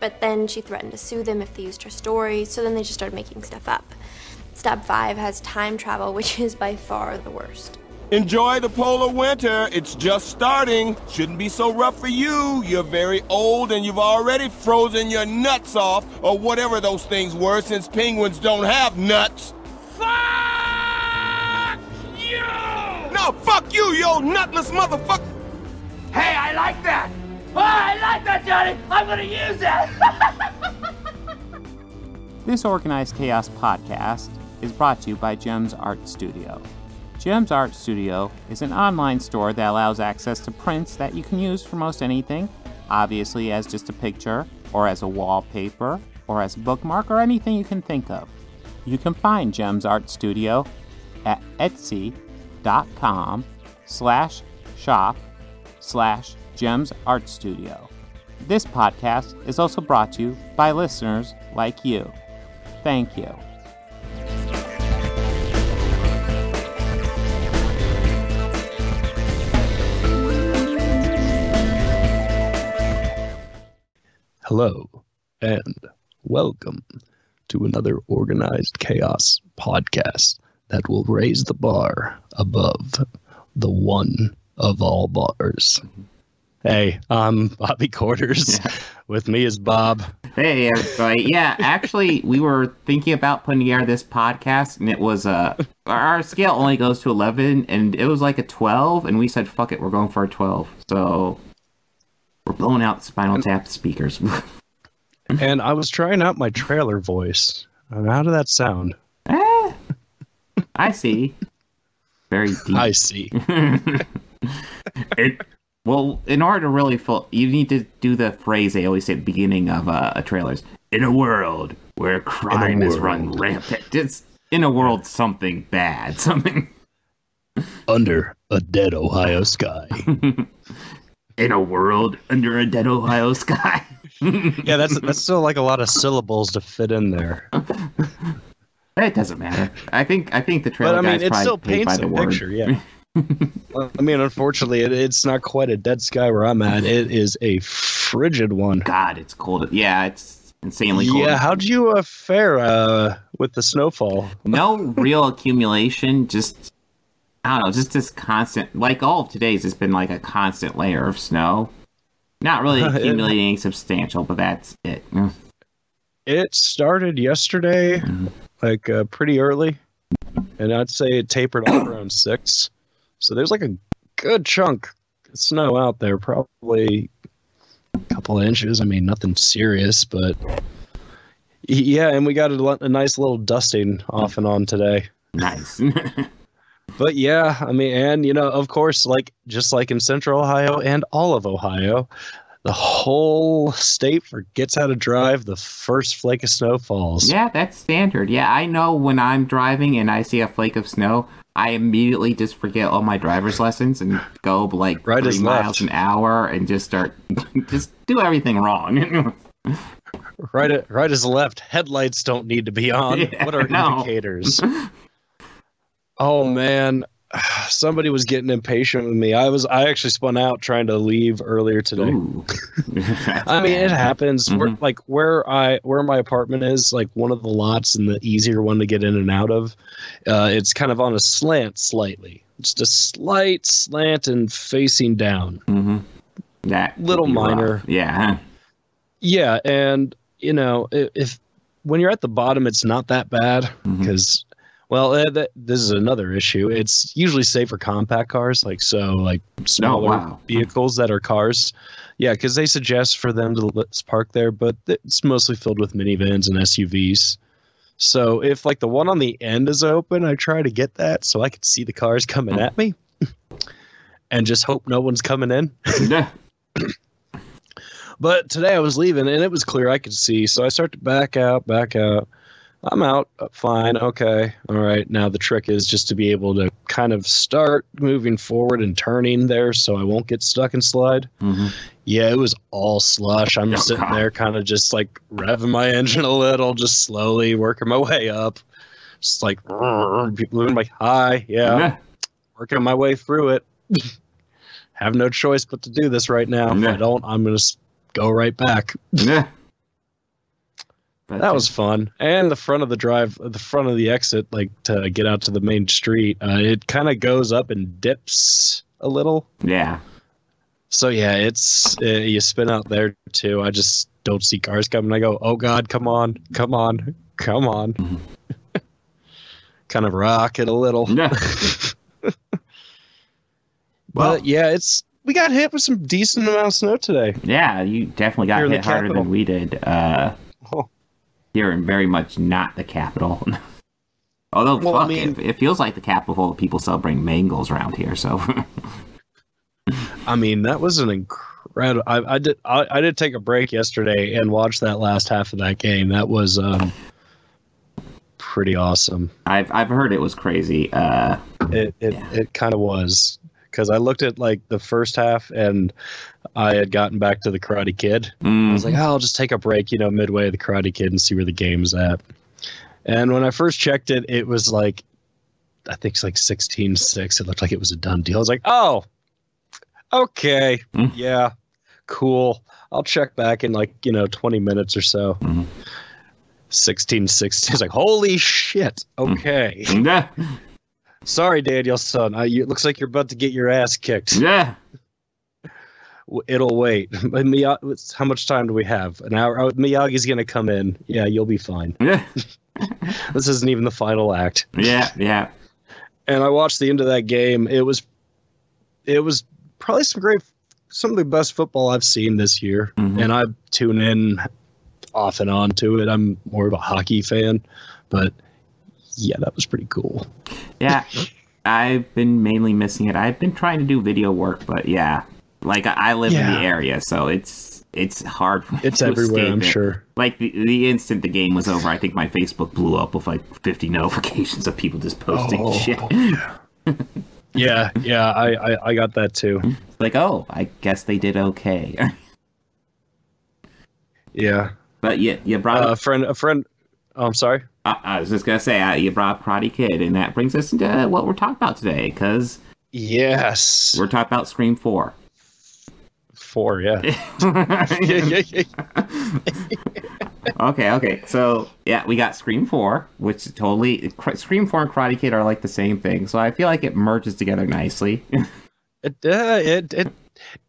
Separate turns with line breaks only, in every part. But then she threatened to sue them if they used her story, so then they just started making stuff up. Step five has time travel, which is by far the worst.
Enjoy the polar winter. It's just starting. Shouldn't be so rough for you. You're very old and you've already frozen your nuts off, or whatever those things were, since penguins don't have nuts.
Fuck you!
No, fuck you, you old nutless motherfucker.
Hey, I like that! Oh, I like that, Johnny! I'm gonna use that!
This Organized Chaos podcast is brought to you by Gems Art Studio. Gems Art Studio is an online store that allows access to prints that you can use for most anything, obviously, as just a picture, or as a wallpaper, or as a bookmark, or anything you can think of. You can find Gems Art Studio at etsy.com slash shop slash Gems Art Studio. This podcast is also brought to you by listeners like you. Thank you.
Hello and welcome to another organized chaos podcast that will raise the bar above the one of all bars. Hey, I'm Bobby Quarters. With me is Bob.
Hey, everybody. Yeah, actually, we were thinking about putting together this podcast, and it was uh, our scale only goes to 11, and it was like a 12, and we said, fuck it, we're going for a 12. So we're blowing out Spinal Tap speakers.
And I was trying out my trailer voice. Uh, How did that sound?
Ah, I see. Very deep.
I see.
It- well, in order to really full, you need to do the phrase they always say at the beginning of uh, a trailers. In a world where crime is run
world."
rampant, it's in a world something bad, something
Under a dead Ohio sky.
in a world under a dead Ohio sky.
yeah, that's that's still like a lot of syllables to fit in there.
It doesn't matter. I think I think the
But
trailer
I mean,
guys
it
probably
still
paid
paints
by the
a
word.
picture, yeah. Well, I mean, unfortunately, it, it's not quite a dead sky where I'm at. It is a frigid one.
God, it's cold. Yeah, it's insanely cold.
Yeah, how'd you uh, fare uh, with the snowfall?
no real accumulation just i don't know just this constant like all of today's it's been like a constant layer of snow not really
It-
accumulating substantial but that's it Mm.
It started yesterday, like uh, pretty early, and I'd say it tapered off around six. So there's like a good chunk of snow out there, probably a couple of inches. I mean, nothing serious, but yeah. And we got a, lo- a nice little dusting off and on today.
nice
But yeah, I mean, and you know, of course, like just like in Central Ohio and all of Ohio, the whole state forgets how to drive the first flake of snow falls.
yeah that's standard yeah i know when i'm driving and i see a flake of snow i immediately just forget all my driver's lessons and go like
Right
three
is
miles
left.
an hour and just start just do everything wrong
Right, at, right as left, headlights don't need to be on.
Yeah,
what are
no.
indicators? oh man, somebody was getting impatient with me. I was, I actually spun out trying to leave earlier today.
Ooh. That's
I mean, it
bad.
happens. Where,
Mhm.
like where I where my apartment is, like one of the lots and the easier one to get in and out of. Uh, it's kind of on a slant slightly, just a slight slant and facing down.
Mhm. that would
Little
be rough.
minor.
yeah
Yeah, and you know if, if when you're at the bottom, it's not that bad
Mhm.
because. Well, eh, that, this is another issue. It's usually safe for compact cars, like so, like smaller
wow.
vehicles that are cars. Yeah, because they suggest for them to let's park there, but it's mostly filled with minivans and SUVs. So if like the one on the end is open, I try to get that so I can see the cars coming at me, and just hope no one's coming in.
Yeah.
But today I was leaving and it was clear I could see, so I start to back out, back out. I'm out, uh, fine, okay, all right. Now the trick is just to be able to kind of start moving forward and turning there, so I won't get stuck and slide.
Mhm.
Yeah, it was all slush. I'm
Oh,
sitting
God.
there, kind of just like revving my engine a little, just slowly working my way up, just like moving like high, yeah,
Yeah.
working my way through it. Have no choice but to do this right now. If
Yeah.
I don't, I'm gonna s- go right back.
Yeah. But
That was fun. And the front of the drive, the front of the exit, like to get out to the main street, uh, it kind of goes up and dips a little.
yeah.
So yeah, it's uh, you spin out there too. I just don't see cars coming. I go, oh god, come on, come on, come on.
Mm-hmm.
kind of rock it a little.
Yeah. well,
but yeah, it's we got hit with some decent amount of snow today.
yeah, you definitely got
Here in the
hit harder
capital.
than we did. Uh,
Oh.
Here in very much not the capital. Although,
Well, I
fuck,
mean-
it, it feels like the capital of people celebrating mangoes around here. So,
I mean, that was an incredible. I, I did. I, I did take a break yesterday and watch that last half of that game. That was um, pretty awesome.
I've I've heard it was crazy. Uh,
It it,
Yeah.
it kind of was because I looked at like the first half and I had gotten back to the Karate Kid. I
mm,
was like, oh, I'll just take a break, you know, midway of the Karate Kid and see where the game's at. And when I first checked it, it was like, I think it's like 16 6. It looked like it was a done deal. I was like, oh, okay.
Mm.
Yeah, cool. I'll check back in like, you know, 20 minutes or so.
Mhm.
16 6. It's like, holy shit. Okay.
yeah,
Sorry, Daniel son. I, you, it looks like you're about to get your ass kicked.
yeah.
W- It'll wait. But Mia- How much time do we have? An hour? Oh, Miyagi's going to come in. Yeah, you'll be fine.
yeah,
This isn't even the final act.
yeah, yeah.
And I watched the end of that game. It was, it was probably some great, some of the best football I've seen this year.
Mhm.
And I tune in off and on to it. I'm more of a hockey fan, but yeah, that was pretty cool.
yeah i've been mainly missing it i've been trying to do video work but yeah like i, I live in
Yeah.
the area so it's it's hard for me
It's
to
everywhere,
escape
I'm
it.
sure.
like the, the instant the game was over i think my facebook blew up with like 50 notifications of people just posting
Oh.
shit
Yeah, yeah, I, I, I got that too.
like oh i guess they did okay
Yeah.
but yeah you brought
Uh, a
up
friend, a friend. Oh, I'm sorry.
I, I was just gonna say uh, you brought up karate kid and that brings us into what we're talking about today because
Yes.
we're talking about scream 4
four. Yeah. yeah, yeah, yeah.
okay, okay. So yeah, we got Scream Four, which totally Cr- Scream Four and Karate Kid are like the same thing. So I feel like it merges together nicely.
It, uh, it, it,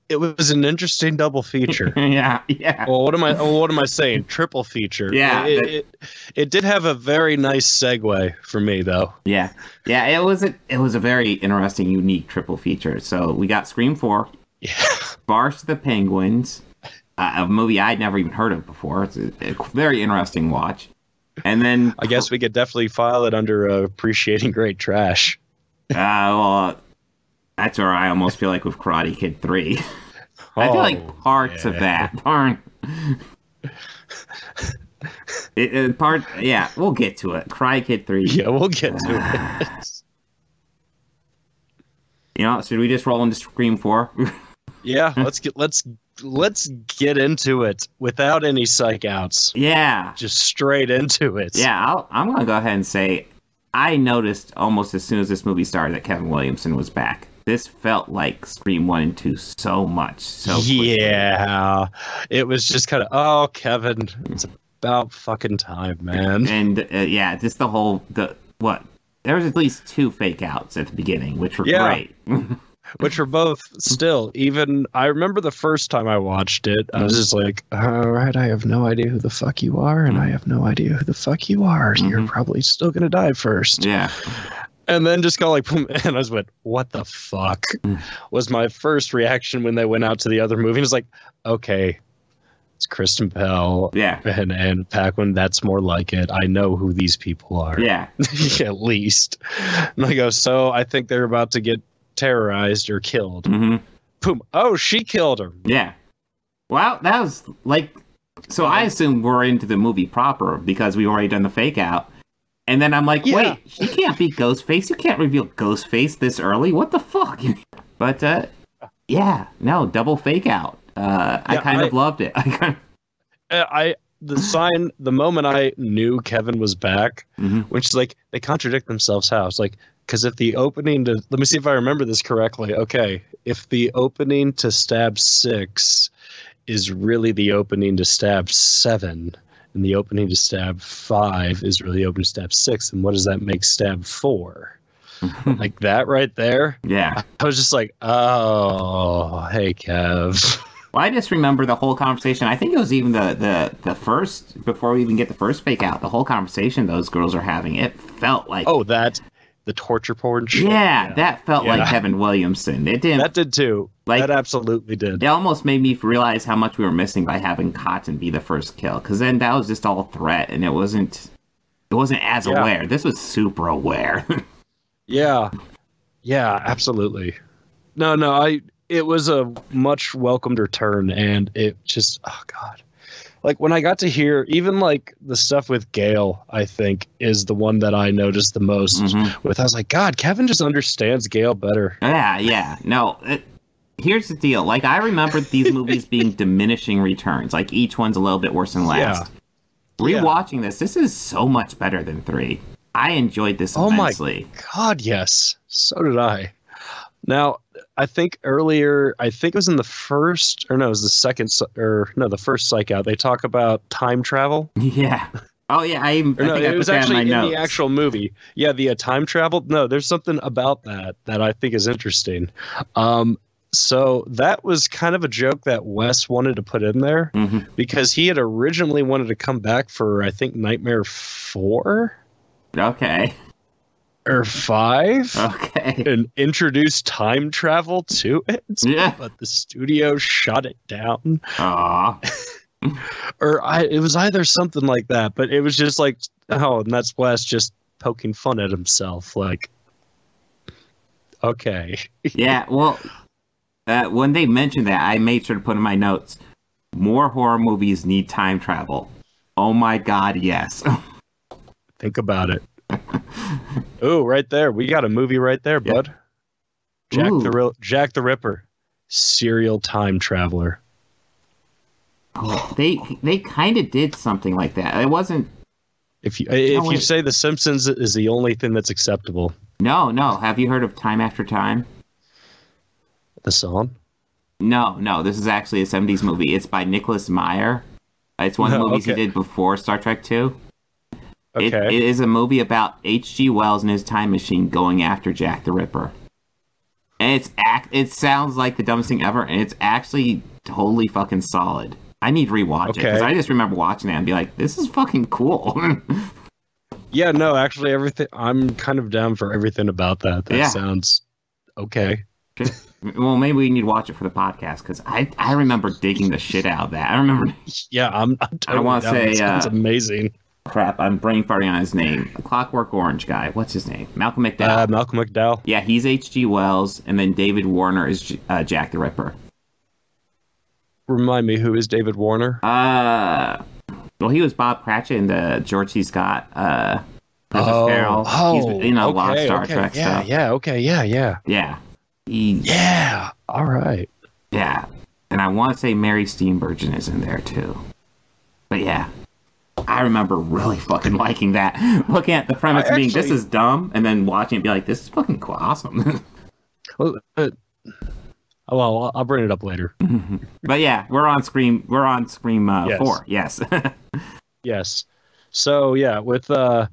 it was an interesting double feature.
yeah, yeah,
well, what am I? oh, What am I saying? Triple feature.
Yeah,
It,
that-
it, it did have a very nice segue for me though.
yeah, yeah. It was a it was a very interesting, unique triple feature. So we got Scream Four,
Yeah.
Bars to the Penguins, uh, a movie I'd never even heard of before. It's a, a very interesting watch. And then
I guess we could definitely file it under uh, appreciating great trash.
uh, well, that's where I almost feel like with Karate Kid Three. I feel
Oh,
like parts of that aren't. it, it- part, yeah, we'll get to it. Cry Kid Three.
Yeah, we'll get to it.
You know, should we just roll into Scream Four?
yeah, let's get let's let's get into it without any psych outs.
yeah,
Just straight into it.
yeah. I'll, I'm gonna go ahead and say, I noticed almost as soon as this movie started that Kevin Williamson was back. This felt like Scream One and Two so much. So quick.
yeah, it was just kind of oh, Kevin, it's about fucking time, man.
and uh, yeah, just the whole the what. There was at least two fake outs at the beginning, which were
Yeah.
great.
Which were both still even. I remember the first time I watched it, I was just like, all right, I have no idea who the fuck you are, and I have no idea who the fuck you are. So you're probably still gonna die first,
Yeah.
and then just go like, boom, and I was went, what the fuck? Was my first reaction when they went out to the other movie. It was like, okay, it's Kristen Bell.
Yeah.
And and Paquin, that's more like it. I know who these people are.
Yeah.
at least. And I go, so I think they're about to get terrorized or killed.
hmm
Boom. Oh, she killed her.
Yeah. Wow, that was like. So I assume we're into the movie proper because we've already done the fake out. And then I'm like,
Yeah.
wait, she can't be Ghostface. You can't reveal Ghostface this early. What the fuck? But uh, yeah, no, double fake out. Uh, I
Yeah,
kind of
I-
loved it. I kind
Uh, I the sign the moment I knew Kevin was back,
Mhm.
which is like they contradict themselves how it's like because if the opening to let me see if I remember this correctly. Okay, if the opening to stab six is really the opening to stab seven, and the opening to stab five is really open to stab six. And what does that make stab four? like that right there.
Yeah.
I was just like, oh, hey, Kev.
Well, I just remember the whole conversation. I think it was even the, the, the first, before we even get the first fake out, the whole conversation those girls are having, it felt like.
Oh, that the torture porn shit.
yeah, that felt like
Yeah.
Kevin Williamson. It didn't.
That did too.
Like-
that absolutely did.
it almost made me realize how much we were missing by having Cotton be the first kill, because then that was just all threat, and it wasn't. It wasn't as
Yeah.
aware. This was super aware.
Yeah. Yeah, absolutely. No, no, I it was a much welcomed return and it just oh god. Like when I got to hear even like the stuff with Gail, I think is the one that I noticed the most
Mhm.
with I was like, God, Kevin just understands Gail better.
Yeah, yeah. No, it, here's the deal. Like I remember these movies being diminishing returns. Like each one's a little bit worse than last.
Yeah.
Rewatching this, this is so much better than three. I enjoyed this
Oh my-
immensely.
God, yes. So did I. Now, I think earlier, I think it was in the first, or no, it was the second, psy- or no, the first psych out. They talk about time travel.
Yeah. Oh yeah. I, even-
Or
I
no,
think I
it
put
was
that
actually
in
in
my notes.
the actual movie. Yeah, the uh, time travel. No, there's something about that that I think is interesting. Um, so that was kind of a joke that Wes wanted to put in there
Mhm.
because he had originally wanted to come back for I think Nightmare Four
Okay.
or Five
Uh-huh. Okay.
and introduce time travel to it.
Yeah.
But the studio shot it down,
Aw.
or I, it was either something like that. But it was just like, oh, and that's Wes just poking fun at himself. Like, okay,
Yeah. Well, uh, when they mentioned that, I made sure to put in my notes. More horror movies need time travel. Oh my God, yes.
think about it. Ooh, right there, we got a movie right there,
Yeah.
bud. Jack
Ooh.
the Ri- Jack the Ripper, serial time traveler.
they they kind of did something like that. It wasn't
If you if you
wait.
say The Simpsons is the only thing that's acceptable,
No, no. Have you heard of Time After Time?
the song.
No, no. This is actually a 70s movie. It's by Nicholas Meyer. It's one of the
Oh,
movies he
okay.
did before Star Trek 2.
Okay.
It, it is a movie about H.G. Wells and his time machine going after Jack the Ripper. And it's act it sounds like the dumbest thing ever and it's actually totally fucking solid. I need to rewatch it cuz
Okay.
I just remember watching that and be like this is fucking cool.
Yeah, no, actually, everything. I'm kind of down for everything about that. That
Yeah.
sounds okay.
well, maybe we need to watch it for the podcast cuz I I remember digging the shit out of that. I remember
Yeah, I'm. I'm totally
wanna
down. That
say, uh,
sounds amazing.
crap, I'm brain farting on his name. Clockwork Orange guy. What's his name? Malcolm McDowell.
Uh, Malcolm McDowell.
yeah, he's H.G. Wells, and then David Warner is J- uh, Jack the Ripper.
Remind me, who is David Warner?
Uh, well, he was Bob Cratchit in the George C. Scott. Uh, Christmas Carol. he's in a lot of Star
Oh. okay,
Trek
yeah,
stuff.
Yeah, okay, yeah, yeah,
Yeah, he,
yeah. All right.
yeah, and I want to say Mary Steenburgen is in there too. But yeah, I remember really fucking liking that. Looking at the premise
I
and being this
actually-
is dumb, and then watching it be like this is fucking cool, awesome.
Well, uh, oh, well, I'll- I'll bring it up later.
But yeah, we're on Scream. We're on Scream uh,
Yes.
Four. Yes.
Yes. So yeah, with uh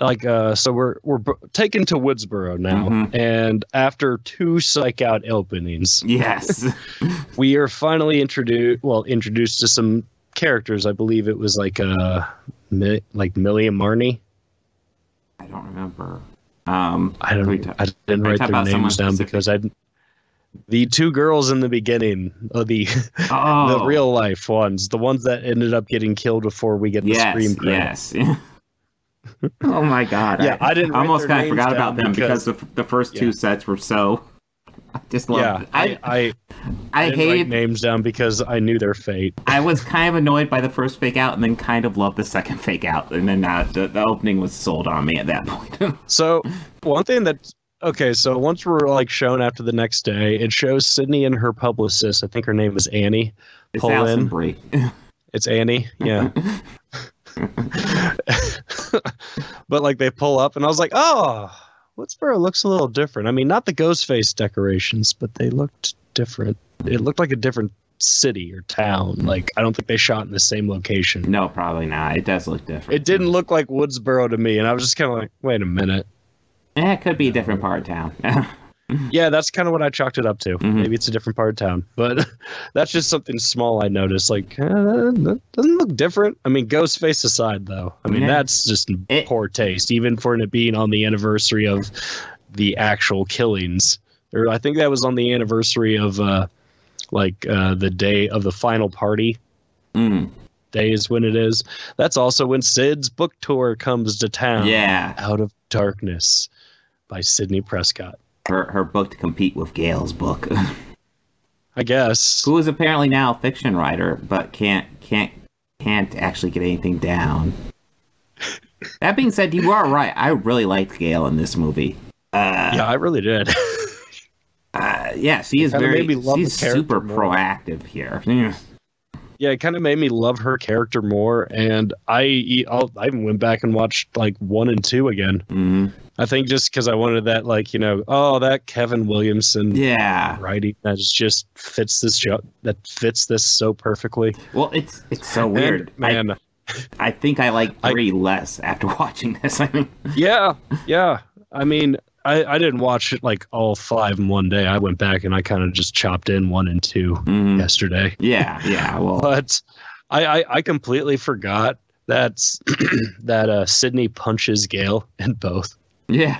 like uh so we're we're b- taken to Woodsboro now
Mhm.
and after two psych out openings
yes.
we are finally introduced well introduced to some characters i believe it was like uh Mi- like millie and marnie
I don't remember. Um,
i don't
Are we ta-
i didn't
are we
write
talking
their
about someone
names down
specific?
because i didn't- the two girls in the beginning uh, the
oh,
the real life ones the ones that ended up getting killed before we get the
yes,
scream credits.
yes. oh my god.
Yeah, I didn't write
almost
their
kind of
names
forgot about
down
them because,
because-
the, the first two
yeah.
sets were so. I just love.
yeah
I
i,
I,
I I didn't write
hated.
names down because I knew their fate.
I was kind of annoyed by the first fake out, and then kind of loved the second fake out, and then uh, the, the opening was sold on me at that point.
So one thing that okay, so once we're like shown after the next day, it shows Sydney and her publicist. I think her name is Annie.
it's
Pull
Alison
in.
Brie.
It's Annie, yeah. but like they pull up, and I was like, oh, Woodsboro looks a little different. I mean, not the ghost face decorations, but they looked different. It looked like a different city or town. Like I don't think they shot in the same location.
No, probably not. It does look different.
It didn't look like Woodsboro to me, and I was just kind of like, wait a minute.
Yeah, Eh, it could be a different part of town.
Yeah, that's kind of what I chalked it up to.
Mhm.
Maybe it's a different part of town, but that's just something small I noticed. Like, eh, that doesn't look different. I mean, Ghostface aside, though, I mean
Yeah.
that's just
It-
poor taste, even for it being on the anniversary of the actual killings. Or I think that was on the anniversary of, uh, like, uh, the day of the final party
Mm,
day is when it is. That's also when Sid's book tour comes to town.
yeah,
Out of Darkness by Sidney Prescott.
her her book to compete with Gail's book.
I guess.
who is apparently now a fiction writer but can't can't can't actually get anything down. That being said, you are right. I really liked Gail in this movie.
Yeah, I really did.
Uh, yeah, she is
Kinda
very
made me love the
she's
character
super
more.
proactive here. Mm.
yeah, it kind of made me love her character more, and I e, I'll, I even went back and watched like one and two again.
Mhm.
I think just because I wanted that, like you know, oh that Kevin Williamson
Yeah.
writing that is just fits this jo- that fits this so perfectly.
Well, it's it's so weird.
And, man,
I, I think I like
I-
three less after watching this. I mean,
yeah, yeah. I mean, I I didn't watch it like all five in one day. I went back and I kind of just chopped in one and 2
mhm.
yesterday.
yeah, yeah. Well,
but I, I I completely forgot that's that uh Sydney punches Gale in both.
yeah.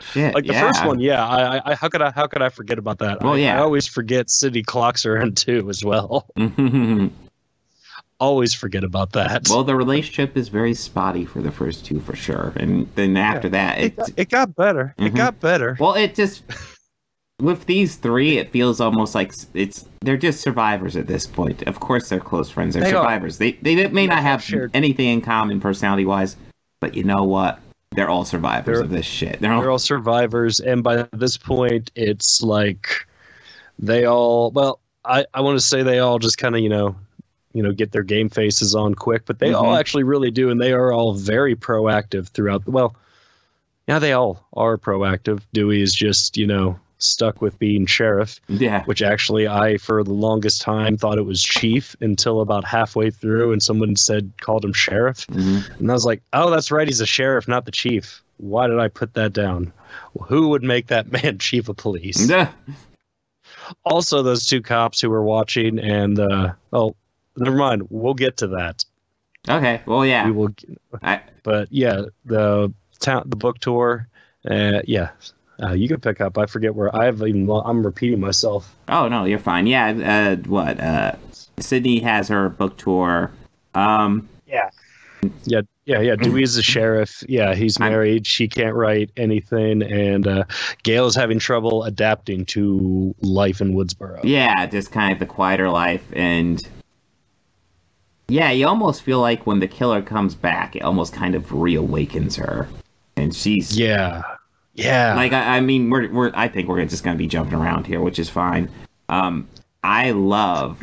Shit.
Like the
yeah.
first one, yeah. I, I- I how could I how could I forget about that?
Well,
I,
yeah.
I always forget Sydney clocks her in two as well.
one.
Always forget about that.
Mm-hmm. well, the relationship is very spotty for the first two, for sure, and then after that,
it
it
got, it got better. It
Mhm.
got better.
Well, it just with these three, it feels almost like s- it's they're just survivors at this point. Of course, they're close friends. They're
They are.
survivors. They they may not have
shared-
anything in common personality wise, but you know what? They're all survivors
They're-
of this shit. They're all,
They're all survivors, and by this point, it's like they all. Well, I I want to say they all just kind of you know, you know, get their game faces on quick, but they all
Mhm.
actually really do, and they are all very proactive throughout. Well, yeah, they all are proactive. Dewey is just you know stuck with being sheriff,
yeah.
which actually I for the longest time thought it was chief until about halfway through, and someone said called him sheriff.
Mhm.
And I was like, oh, that's right. He's a sheriff, not the chief. Why did I put that down? Who would make that man chief of police?
Yeah.
Also, those two cops who were watching, and uh, oh, never mind. We'll get to that.
Okay. Well,
We
yeah.
will.
I,
But yeah, the town, the book tour. Uh, yeah, uh, you can pick up. I forget where I've even. I'm repeating myself.
oh no, you're fine. Yeah. Uh, what? Uh, Sydney has her book tour. Um,
Yeah, yeah, yeah. Dewey's the sheriff. Yeah, he's
I'm-
married. She can't write anything, and uh, Gail is having trouble adapting to life in Woodsboro.
yeah, just kind of the quieter life and yeah, you almost feel like when the killer comes back, it almost kind of reawakens her, and she's
Yeah. Yeah.
like, I, I mean, we're we're I think we're just gonna be jumping around here, which is fine. Um, I love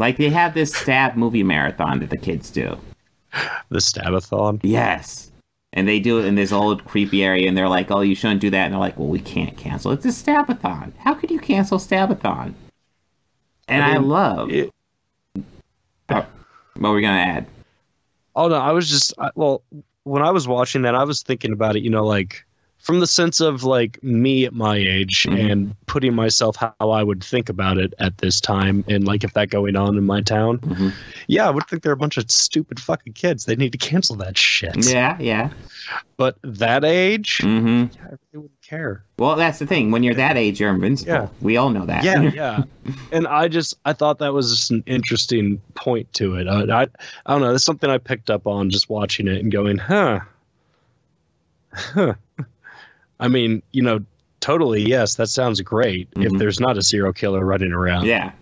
like they have this stab movie marathon that the kids do.
the Stabathon.
Yes. And they do it in this old creepy area, and they're like, "Oh, you shouldn't do that." And they're like, "Well, we can't cancel. It's a stabathon. How could you cancel stabathon?" And I,
I mean,
love.
it-
Oh, what were we gonna add?
Oh no, I was just I, well, when I was watching that, I was thinking about it. You know, like from the sense of like me at my age
Mhm.
and putting myself how I would think about it at this time, and like if that going on in my town,
Mhm.
yeah, I would think they're a bunch of stupid fucking kids. They need to cancel that shit.
Yeah, yeah.
But that age,
hmm
I really wouldn't care.
Well, that's the thing. When you're that age, you're invincible.
Yeah.
We all know that.
yeah yeah and i just i thought that was just an interesting point to it i i, I don't know that's something i picked up on just watching it and going huh huh i mean you know totally yes that sounds great if
Mhm.
there's not a serial killer running around
yeah.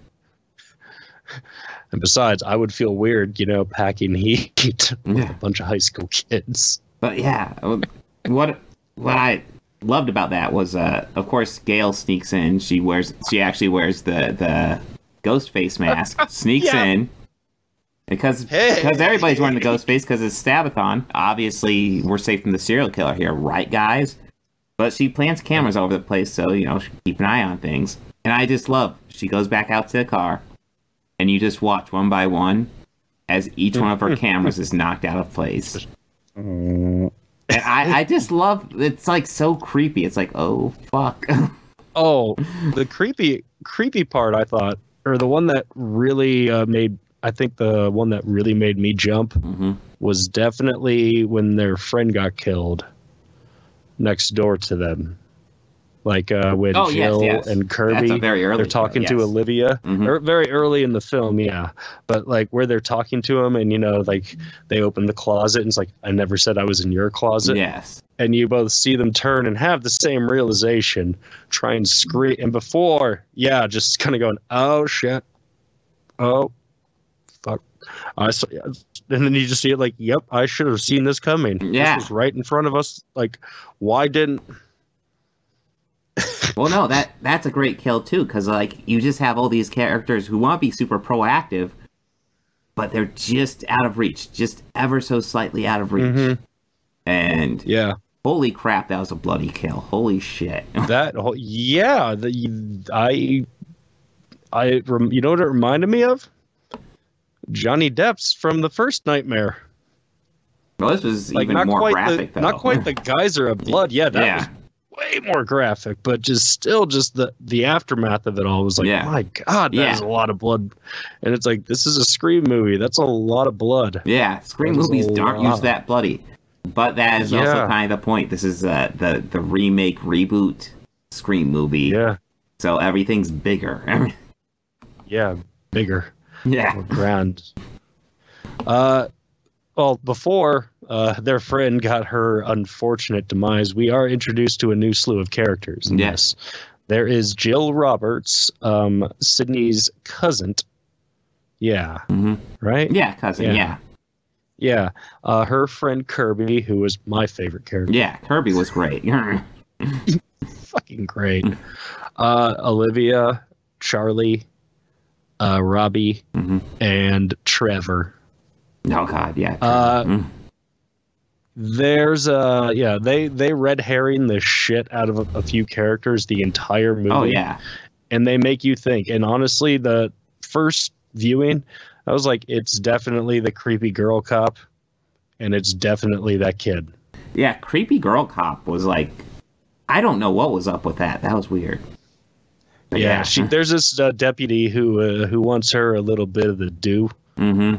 and besides i would feel weird you know packing heat with
Yeah.
a bunch of high school kids
But yeah, um, what what I loved about that was, uh, of course, Gail sneaks in. She wears she actually wears the the ghost face mask. Sneaks
Yeah.
in because
Hey.
because everybody's wearing the ghost face because it's Stabathon. Obviously, we're safe from the serial killer here, right, guys? But she plants cameras all over the place, so you know, she can keep an eye on things. And I just love she goes back out to the car. and you just watch one by one as each one of her cameras is knocked out of place. And I, I just love it's like so creepy. It's like, oh fuck.
Oh, the creepy, creepy part. I thought, or the one that really uh, made. I think the one that really made me jump
Mhm.
was definitely when their friend got killed next door to them. Like uh, when
Oh, yes,
Jill
yes.
and
That's a
Kirby,
very early
they're talking
yes.
to Olivia,
Mhm.
or very early in the film, yeah. But like where they're talking to him, and you know, like they open the closet, and it's like, I never said I was in your closet
Yes.
and you both see them turn and have the same realization, try and scream. And before, yeah, just kind of going, oh shit, oh fuck. I saw, and then you just see it like, yep, I should have seen this coming.
Yeah.
this was right in front of us. Like, why didn't?
Well, no, that that's a great kill too, because like you just have all these characters who want to be super proactive, but they're just out of reach, just ever so slightly out of reach.
Mhm.
And
Yeah,
holy crap, that was a bloody kill! Holy shit!
that whole, yeah, the I, I, rem- you know what it reminded me of? Johnny Depp's from the first Nightmare.
Well, this was
like
even
not
more
quite
graphic,
the
though.
not quite the geyser of blood. Yeah, that
yeah,
was way more graphic, but just still just the the aftermath of it all was like,
Yeah.
my god, that is
Yeah.
a lot of blood. And it's like this is a scream movie. That's a lot of blood.
yeah. Scream
That was
movies
a
don't
lot.
use that bloody, but that is also
Yeah.
kind of the point. This is uh, the the remake reboot Scream movie,
Yeah,
so everything's bigger.
yeah, bigger,
yeah,
more grand. Uh, well, before uh, their friend got her unfortunate demise, we are introduced to a new slew of characters. in
Yeah.
this. there is Jill Roberts, um, Sydney's cousin. Yeah,
hmm
right.
yeah, cousin,
Oh, Yeah.
yeah.
Yeah, uh, her friend Kirby, who was my favorite character,
Yeah, Kirby was great. Oh, yeah,
fucking great. Uh, Olivia, Charlie, uh, Robbie,
Mhm.
and Trevor.
Oh God, yeah.
Uh,
Mm.
There's uh yeah they they red herring the shit out of a, a few characters the entire movie.
oh yeah,
and they make you think. And honestly, the first viewing, I was like, it's definitely the creepy girl cop, and it's definitely that kid.
yeah. Creepy girl cop was like, I don't know what was up with that. That was weird. But
Yeah, she, there's this uh, deputy who uh, who wants her a little bit of the do
mm-hmm.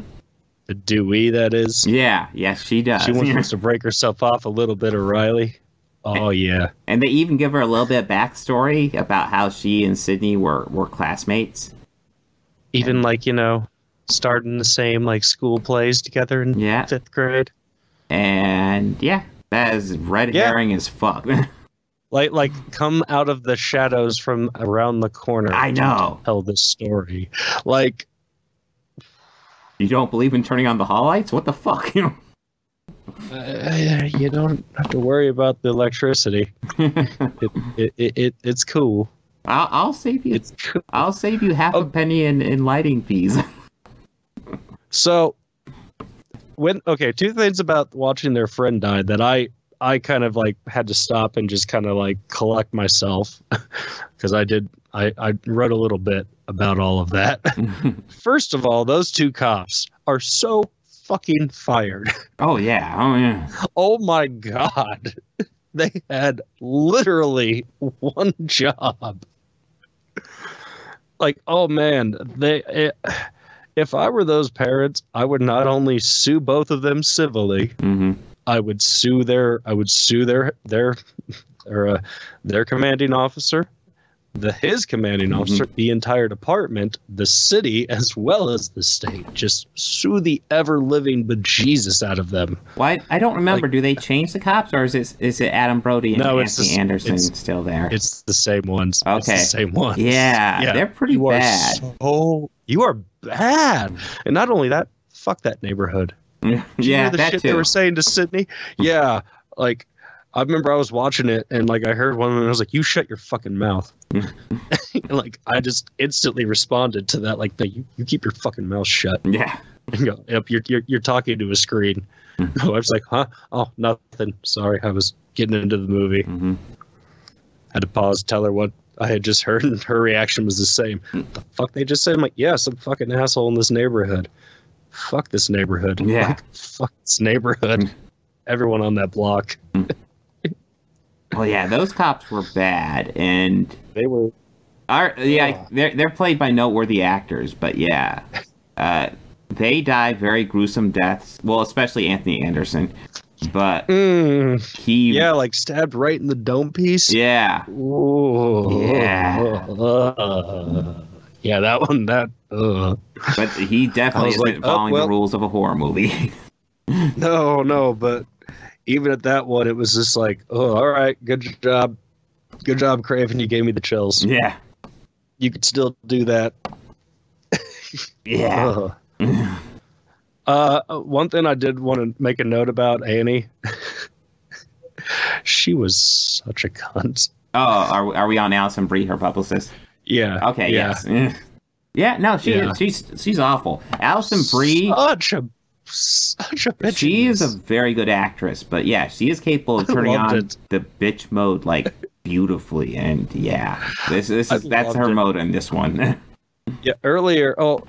the Dewey that is.
Yeah, yeah, she does.
She wants, wants to break herself off a little bit of Riley. Oh yeah,
and they even give her a little bit of backstory about how she and Sydney were were classmates.
even like you know, starting the same like school plays together in
Yeah.
fifth grade.
And yeah, that is red
Yeah.
herring as fuck.
Like like come out of the shadows from around the corner.
I know.
tell this story. Like
You don't believe in turning on the hall lights? What the fuck? You know?
uh, you don't have to worry about the electricity. it, it, it, it it's cool.
I'll, I'll save you.
It's cool.
I'll save you half
Oh.
a penny in, in lighting fees.
So when okay, two things about watching their friend die that I I kind of like had to stop and just kind of like collect myself because I did I I read a little bit about all of that. First of all, those two cops are so fucking fired.
oh yeah. Oh yeah.
Oh my god. They had literally one job. Like, oh man, they it, if I were those parents, I would not only sue both of them civilly,
Mm-hmm.
I would sue their I would sue their their their, uh, their commanding officer, the his commanding
Mhm.
officer, the entire department, the city as well as the state. Just sue the ever living bejesus out of them.
Well, I, I don't remember. Do they change the cops, or is it is it Adam Brody and
No, it's
Nancy
the s-
Anderson
it's-
still there?
It's the same ones. It's the
Okay.
same ones.
yeah, they're pretty
you
bad.
Are so, you are bad. And not only that, fuck that neighborhood. Did you
yeah,
hear the
that
shit
too.
they were saying to Sydney? Yeah. Like I remember I was watching it and like I heard one and I was like, You shut your fucking mouth. and like I just instantly responded to that, like, no, you, you keep your fucking mouth shut.
yeah,
And go, Yep, you're you're you're talking to a screen.
Hmm.
I was like, huh? Oh, nothing. Sorry, I was getting into the movie
hmm
had to pause, tell her what I had just heard, and her reaction was the same.
Hmm.
The fuck they just said? I'm like, yeah, some fucking asshole in this neighborhood. Fuck this neighborhood.
Yeah. Hmm.
Like, fuck this neighborhood. Everyone on that block.
Well, yeah, those cops were bad, and
They were
are yeah,
Oh.
they're they're played by noteworthy actors, but yeah, uh, they die very gruesome deaths. Well, especially Anthony Anderson, but
Mm,
he
yeah, like stabbed right in the dome piece.
Hmm. yeah
Ooh.
Yeah.
Uh, yeah, that one. That. Uh.
but he definitely
was
isn't
like, oh,
following
well-
the rules of a horror movie.
No, no, but even at that one, it was just like, oh, all right, good job, good job, Craven. You gave me the chills.
yeah,
You could still do that.
yeah,
Ugh. Uh-huh. uh, one thing I did want to make a note about Annie. she was such a cunt.
Oh, are, are we on Alison Brie, her publicist?
Yeah.
Okay,
yeah.
yes. Eh. Yeah, no, she
Yeah. oh,
she's she's awful. Alison Brie,
Such a such a bitch.
she
in
is
this.
a very good actress, but yeah, she is capable of
I
turning
loved
on
it.
the bitch mode like beautifully, and yeah, this this
I
is that's
loved
her
it.
mode in this one.
Yeah, earlier. Oh,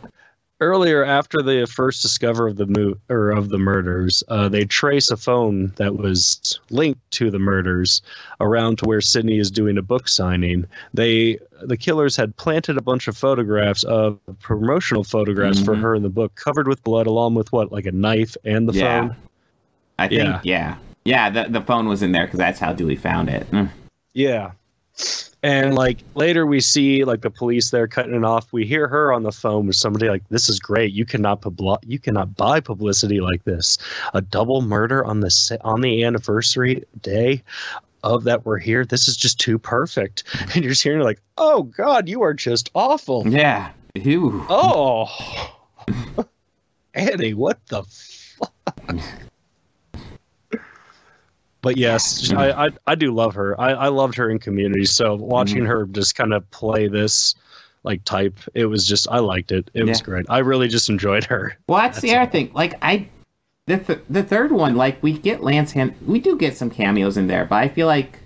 earlier after the first discover of the mo- or of the murders, uh, they trace a phone that was linked to the murders around to where Sydney is doing a book signing. They the killers had planted a bunch of photographs of promotional photographs for
Mhm.
her in the book, covered with blood, along with what like a knife and the
Yeah.
phone.
I think,
Yeah.
yeah, yeah, the the phone was in there because that's how Dewey found it. Mm.
Yeah. And like later we see like the police there cutting it off. We hear her on the phone with somebody like, "This is great. You cannot publi- you cannot buy publicity like this. A double murder on the se- on the anniversary day of that we're here. This is just too perfect." And you're just hearing like, "Oh God, you are just awful."
Yeah, Ew.
Oh, Annie, what the fuck? but yes, I, I I do love her. I, I loved her in Community. So watching her just kind of play this like type, it was just I liked it. It was
Yeah.
great. I really just enjoyed her.
Well, that's, the other thing. Like I, the th- the third one, like we get Lance Ham, we do get some cameos in there, but I feel like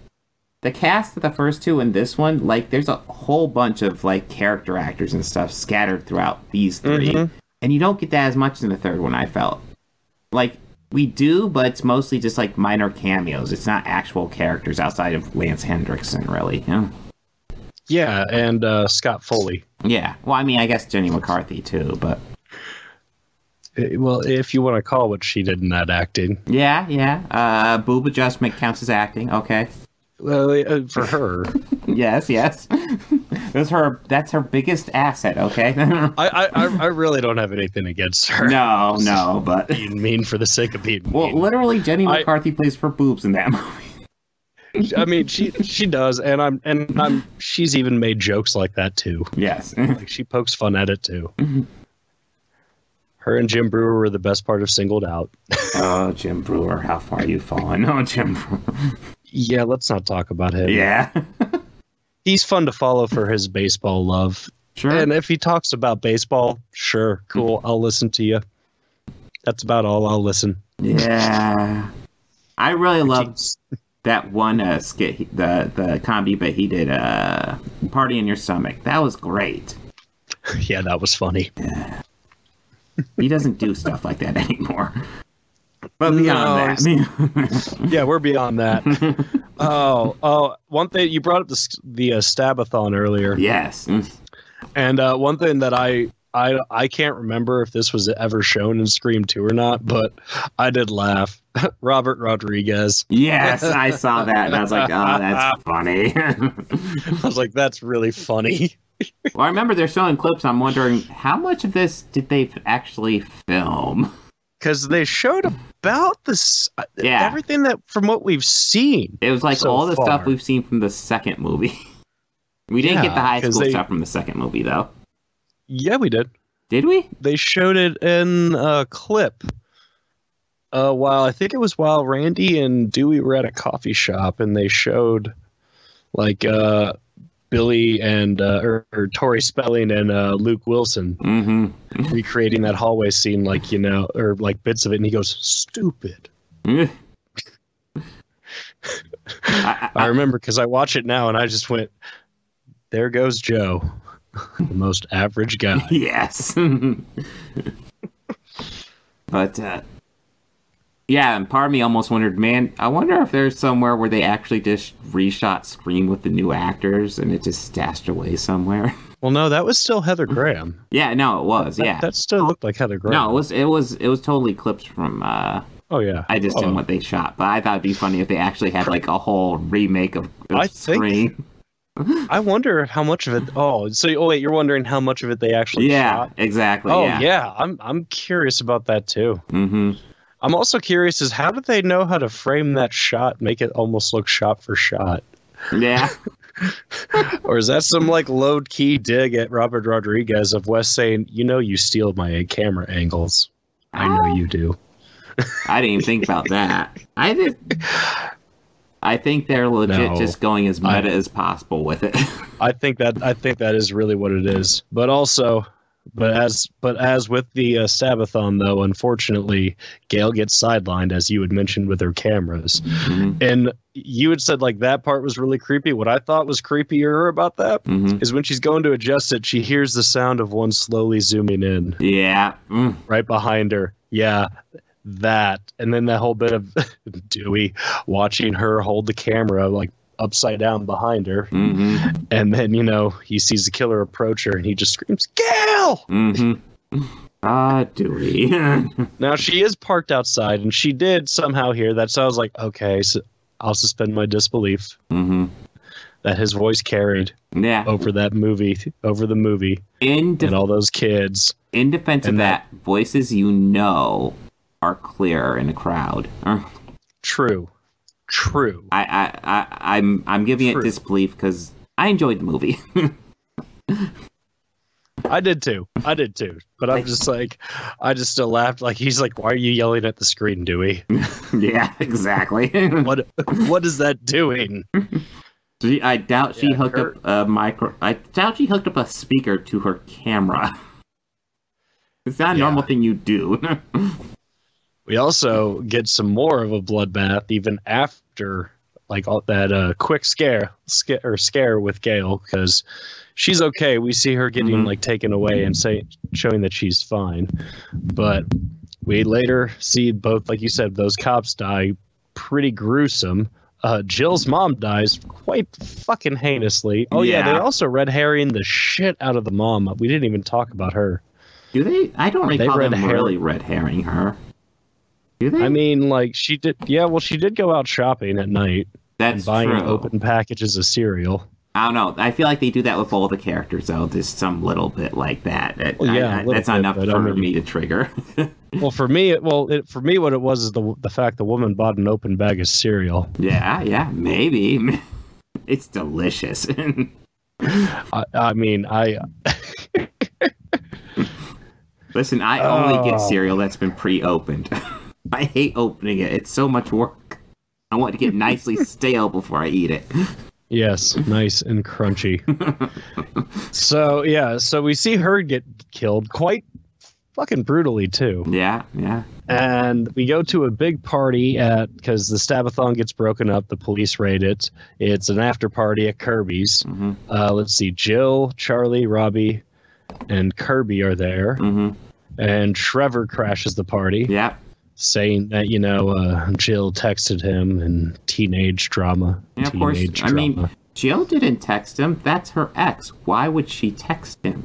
the cast of the first two and this one, like there's a whole bunch of like character actors and stuff scattered throughout these 3
Mhm.
and you don't get that as much in the third one. I felt like we do, but it's mostly just like minor cameos. It's not actual characters outside of Lance Hendrickson, really. Yeah.
Yeah, and uh, Scott Foley.
Yeah. Well, I mean, I guess Jenny McCarthy too, but
Eh, Well, if you want to call what she did in that acting,
yeah, yeah. Uh, boob adjustment counts as acting. Okay.
well, eh, for her,
Yes, yes. that's her. That's her biggest asset. Okay. no,
I, I I I really don't have anything against her.
no, but
Being mean for the sake of being mean.
well, literally, Jenny
I-
McCarthy plays for boobs in that movie.
I mean, she she does, and I'm and I'm. She's even made jokes like that too.
Yes.
Like she pokes fun at it too. Her and Jim Brewer were the best part of Singled Out.
oh, Jim Brewer, how far you fallen? Oh, Jim Brewer.
Yeah, let's not talk about him.
Yeah.
he's fun to follow for his baseball love,
Sure.
and if he talks about baseball, sure, cool, I'll listen to you. That's about all I'll listen.
yeah. I really love that one uh, skit, he- the the comedy bit he did, uh, "Party in Your Stomach." That was great.
Yeah, that was funny.
He doesn't do stuff like that anymore. But
No,
beyond that,
yeah, we're beyond that. oh, oh, one thing you brought up the s- the uh, stabathon earlier.
yes.
Mm. And uh, one thing that I, I I can't remember if this was ever shown in Scream 2 or not, but I did laugh. Robert Rodriguez.
Yes, I saw that, and I was like, "Oh, that's funny." well,
I was like, that's really funny.
I remember they're showing clips. I'm wondering how much of this did they actually film?
Because they showed about this
Yeah.
everything that from what we've seen.
It was like
So
all the stuff
far.
we've seen from the second movie. we didn't get
Yeah,
the high
'cause
school
they-
stuff from the second movie, though.
Yeah, we did.
Did we?
They showed it in a clip. Uh, while I think it was while Randy and Dewey were at a coffee shop, and they showed like uh, Billy and uh, or, or Tori Spelling and uh, Luke Wilson
Mm-hmm.
recreating that hallway scene, like you know, or like bits of it, and he goes, "Stupid."
I, I-
I remember because I watch it now, and I just went, there goes Joe, the most average guy.
yes. but uh, yeah, and part of me almost wondered, man, I wonder if there's somewhere where they actually just reshot Scream with the new actors and it just stashed away somewhere.
Well, no, that was still Heather Graham.
yeah, no, it was.
That,
yeah.
that still looked like Heather Graham.
no, it was it was it was totally clips from uh
oh yeah,
I just
oh,
didn't what they shot, but I thought it'd be funny if they actually had like a whole remake of, of
I think-
Scream.
Oh, I wonder how much of it. Oh, so oh wait, you're wondering how much of it they actually
yeah,
shot?
exactly.
oh
yeah.
I'm I'm curious about that too.
Mm-hmm.
I'm also curious is how did they know how to frame that shot, make it almost look shot for shot,
Yeah.
or is that some like low key dig at Robert Rodriguez of West saying, you know, you steal my camera angles. I know you do.
I didn't even think about that. I did. I think they're legit
No.
just going as meta
I-
as possible with it.
I think that I think that is really what it is. But also, but as but as with the uh, Sabathon though, unfortunately, Gail gets sidelined as you had mentioned with her cameras.
Mhm.
And you had said like that part was really creepy. What I thought was creepier about that is
Mhm.
when she's going to adjust it, she hears the sound of one slowly zooming in
yeah. Mm.
right behind her. Yeah. That and then that whole bit of Dewey watching her hold the camera like upside down behind her
hmm
and then, you know, he sees the killer approach her and he just screams, Gail!
hmm Ah, Dewey. Mm-hmm.
Now, she is parked outside and she did somehow hear that. So I was like, okay, so I'll suspend my disbelief
hmm
that his voice carried
Yeah.
over that movie, over the movie,
In def
Oh, and all those kids.
in defense of
and
that,
that-
voices you know are clearer in a crowd. Uh,
True. True.
I, I, I, I'm, I'm giving
True.
it disbelief because I enjoyed the movie.
I did too. I did too. But I'm just like, I just still laughed. Like, he's like, why are you yelling at the screen, Dewey?
yeah, exactly.
What, what is that doing?
She, I doubt she
Yeah,
hooked
Kurt-
up a micro. I doubt she hooked up a speaker to her camera. it's not a normal thing you do.
We also get some more of a bloodbath even after like all that uh, quick scare scare or scare with Gail because she's okay. We see her getting
Mhm.
like taken away and say showing that she's fine, but we later see both like you said those cops die pretty gruesome. Uh, Jill's mom dies quite fucking heinously. Oh yeah,
Yeah.
they're also red herring the shit out of the mom. We didn't even talk about her.
do they? I don't
They
recall
red
them
herring-
really red herring her. Do they?
I mean, like she did. Yeah, well, she did go out shopping at night.
that's
buying
true.
open packages of cereal.
I don't know. I feel like they do that with all the characters, though. Just some little bit like that. I-
Well,
I-
yeah, a
I-
little
that's not
bit,
enough
but I
for
mean-
me to trigger.
Well, for me, it, well, it, for me, what it was is the the fact the woman bought an open bag of cereal.
yeah, yeah, maybe. it's delicious.
I, I mean, I
Listen, I only get
Oh.
cereal that's been pre-opened. I hate opening it. It's so much work. I want it to get nicely stale before I eat it.
yes, nice and crunchy. so yeah, so we see her get killed quite fucking brutally too,
Yeah, yeah.
and we go to a big party at because the stabathon gets broken up. The police raid it. It's an after party at Kirby's.
Mm-hmm.
Uh, let's see, Jill, Charlie, Robbie, and Kirby are there.
Mm-hmm.
and Trevor crashes the party,
Yeah.
saying that you know uh, Jill texted him and teenage drama.
And of course,
teenage
I mean,
drama.
Jill didn't text him. That's her ex. Why would she text him?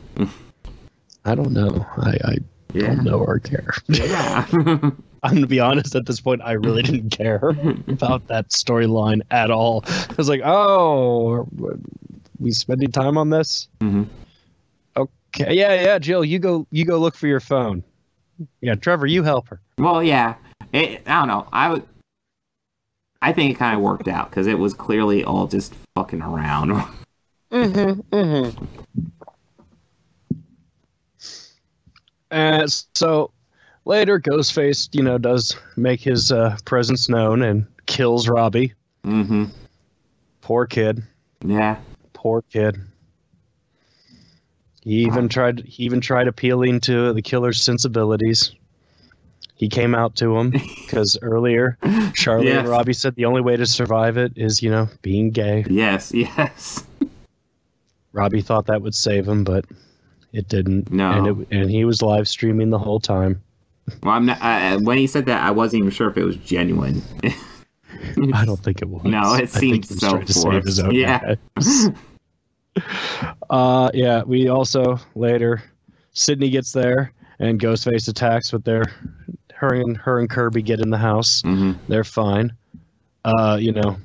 I don't know. I, I
Yeah.
don't know or care.
Yeah.
I'm gonna be honest. At this point, I really didn't care about that storyline at all. I was like, oh, are we spending time on this?
Mhm.
Okay, yeah, yeah, Jill, you go, you go look for your phone. Yeah, Trevor, you help her.
well, yeah. It, I don't know. I would. I think it kind of worked out because it was clearly all just fucking around.
And so later, Ghostface, you know, does make his uh, presence known and kills Robbie.
mm-hmm.
Poor kid.
Yeah.
Poor kid. He even tried. He even tried appealing to the killer's sensibilities. He came out to him because earlier, Charlie
Yes.
and Robbie said the only way to survive it is, you know, being gay.
Yes. Yes.
Robbie thought that would save him, but it didn't.
No.
and it, and he was live streaming the whole time.
Well, I'm not, I, I- when he said that, I wasn't even sure if it was genuine.
I don't think it was.
No, it
I
seemed
think he was
so
trying to save his own
forced. Yeah.
guys. uh, yeah. We also later, Sydney gets there and Ghostface attacks with their. Her and her and Kirby get in the house.
Mhm.
They're fine. Uh, you know.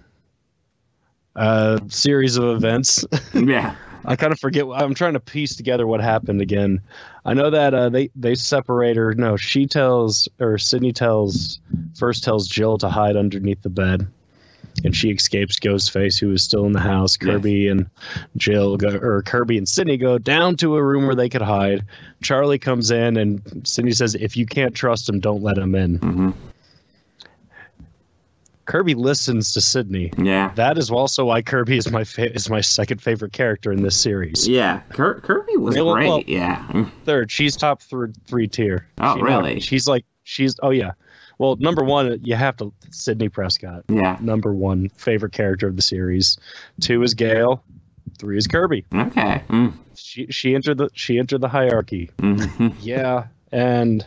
Uh, series of events.
yeah.
I kind of forget. I'm trying to piece together what happened again. I know that uh, they they separate her. No, she tells or Sydney tells first tells Jill to hide underneath the bed, and she escapes Ghostface, who is still in the house. Kirby and Jill go or Kirby and Sydney go down to a room where they could hide. Charlie comes in, and Sydney says, "If you can't trust him, don't let him in."
hmm
Kirby listens to Sydney.
Yeah.
That is also why Kirby is my fa- is my second favorite character in this series.
Yeah. Kir- Kirby was
Yeah, well,
great.
well-
yeah. Mm,
third. She's top three three tier.
Oh,
She-
really?
She's like she's oh yeah. Well, number one, you have to Sydney Prescott.
Yeah.
Number one favorite character of the series. Two is Gail. Three is Kirby.
Okay. Mm.
She she entered the she entered the hierarchy.
Mhm.
Yeah, and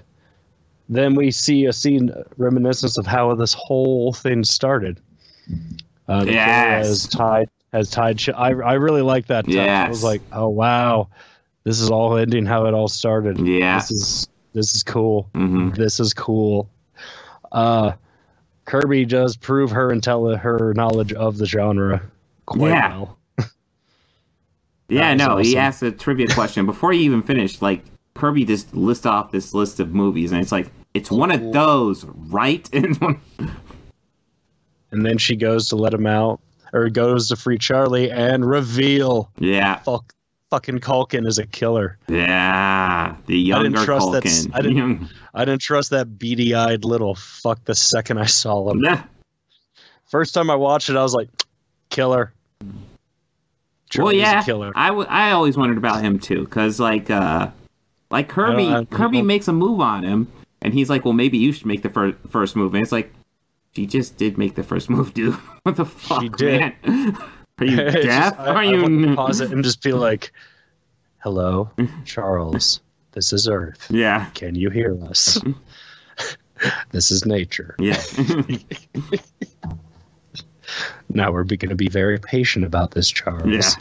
then we see a scene reminiscent of how this whole thing started. Uh, the killer
Yes.
has tied has tied. Sh- I I really like that. touch. I
Yes.
was like, oh wow, this is all ending how it all started
Yeah.
this is this is cool
hmm
this is cool uh kirby does prove her intelli- her knowledge of the genre quite
Yeah.
well
Yeah,
That was
no, he
awesome.
asked a trivia question before he even finished. Like Kirby just lists off this list of movies, and it's like it's one of those, right? And one-
and then she goes to let him out or goes to free charlie and reveal
yeah,
fuck fucking culkin is a killer
yeah, the
I didn't
younger
trust that-
Culkin.
I didn't- i didn't trust that beady-eyed little fuck the second i saw him
Yeah.
first time i watched it i was like killer
well,
Charlie's a
yeah,
killer
I, w- I always wondered about him too, because like uh, like Kirby
I don't
Kirby
know.
makes a move on him, and he's like, well, maybe you should make the fir- first move, and it's like, she just did make the first move, dude. what the fuck,
did.
man? Are you
It's just-
deaf?
I,
Are
I
you
want to pause it and just be like, "Hello, Charles. This is Earth.
Yeah.
Can you hear us? this is nature.
Yeah.
Now we're going to be very patient about this, Charles.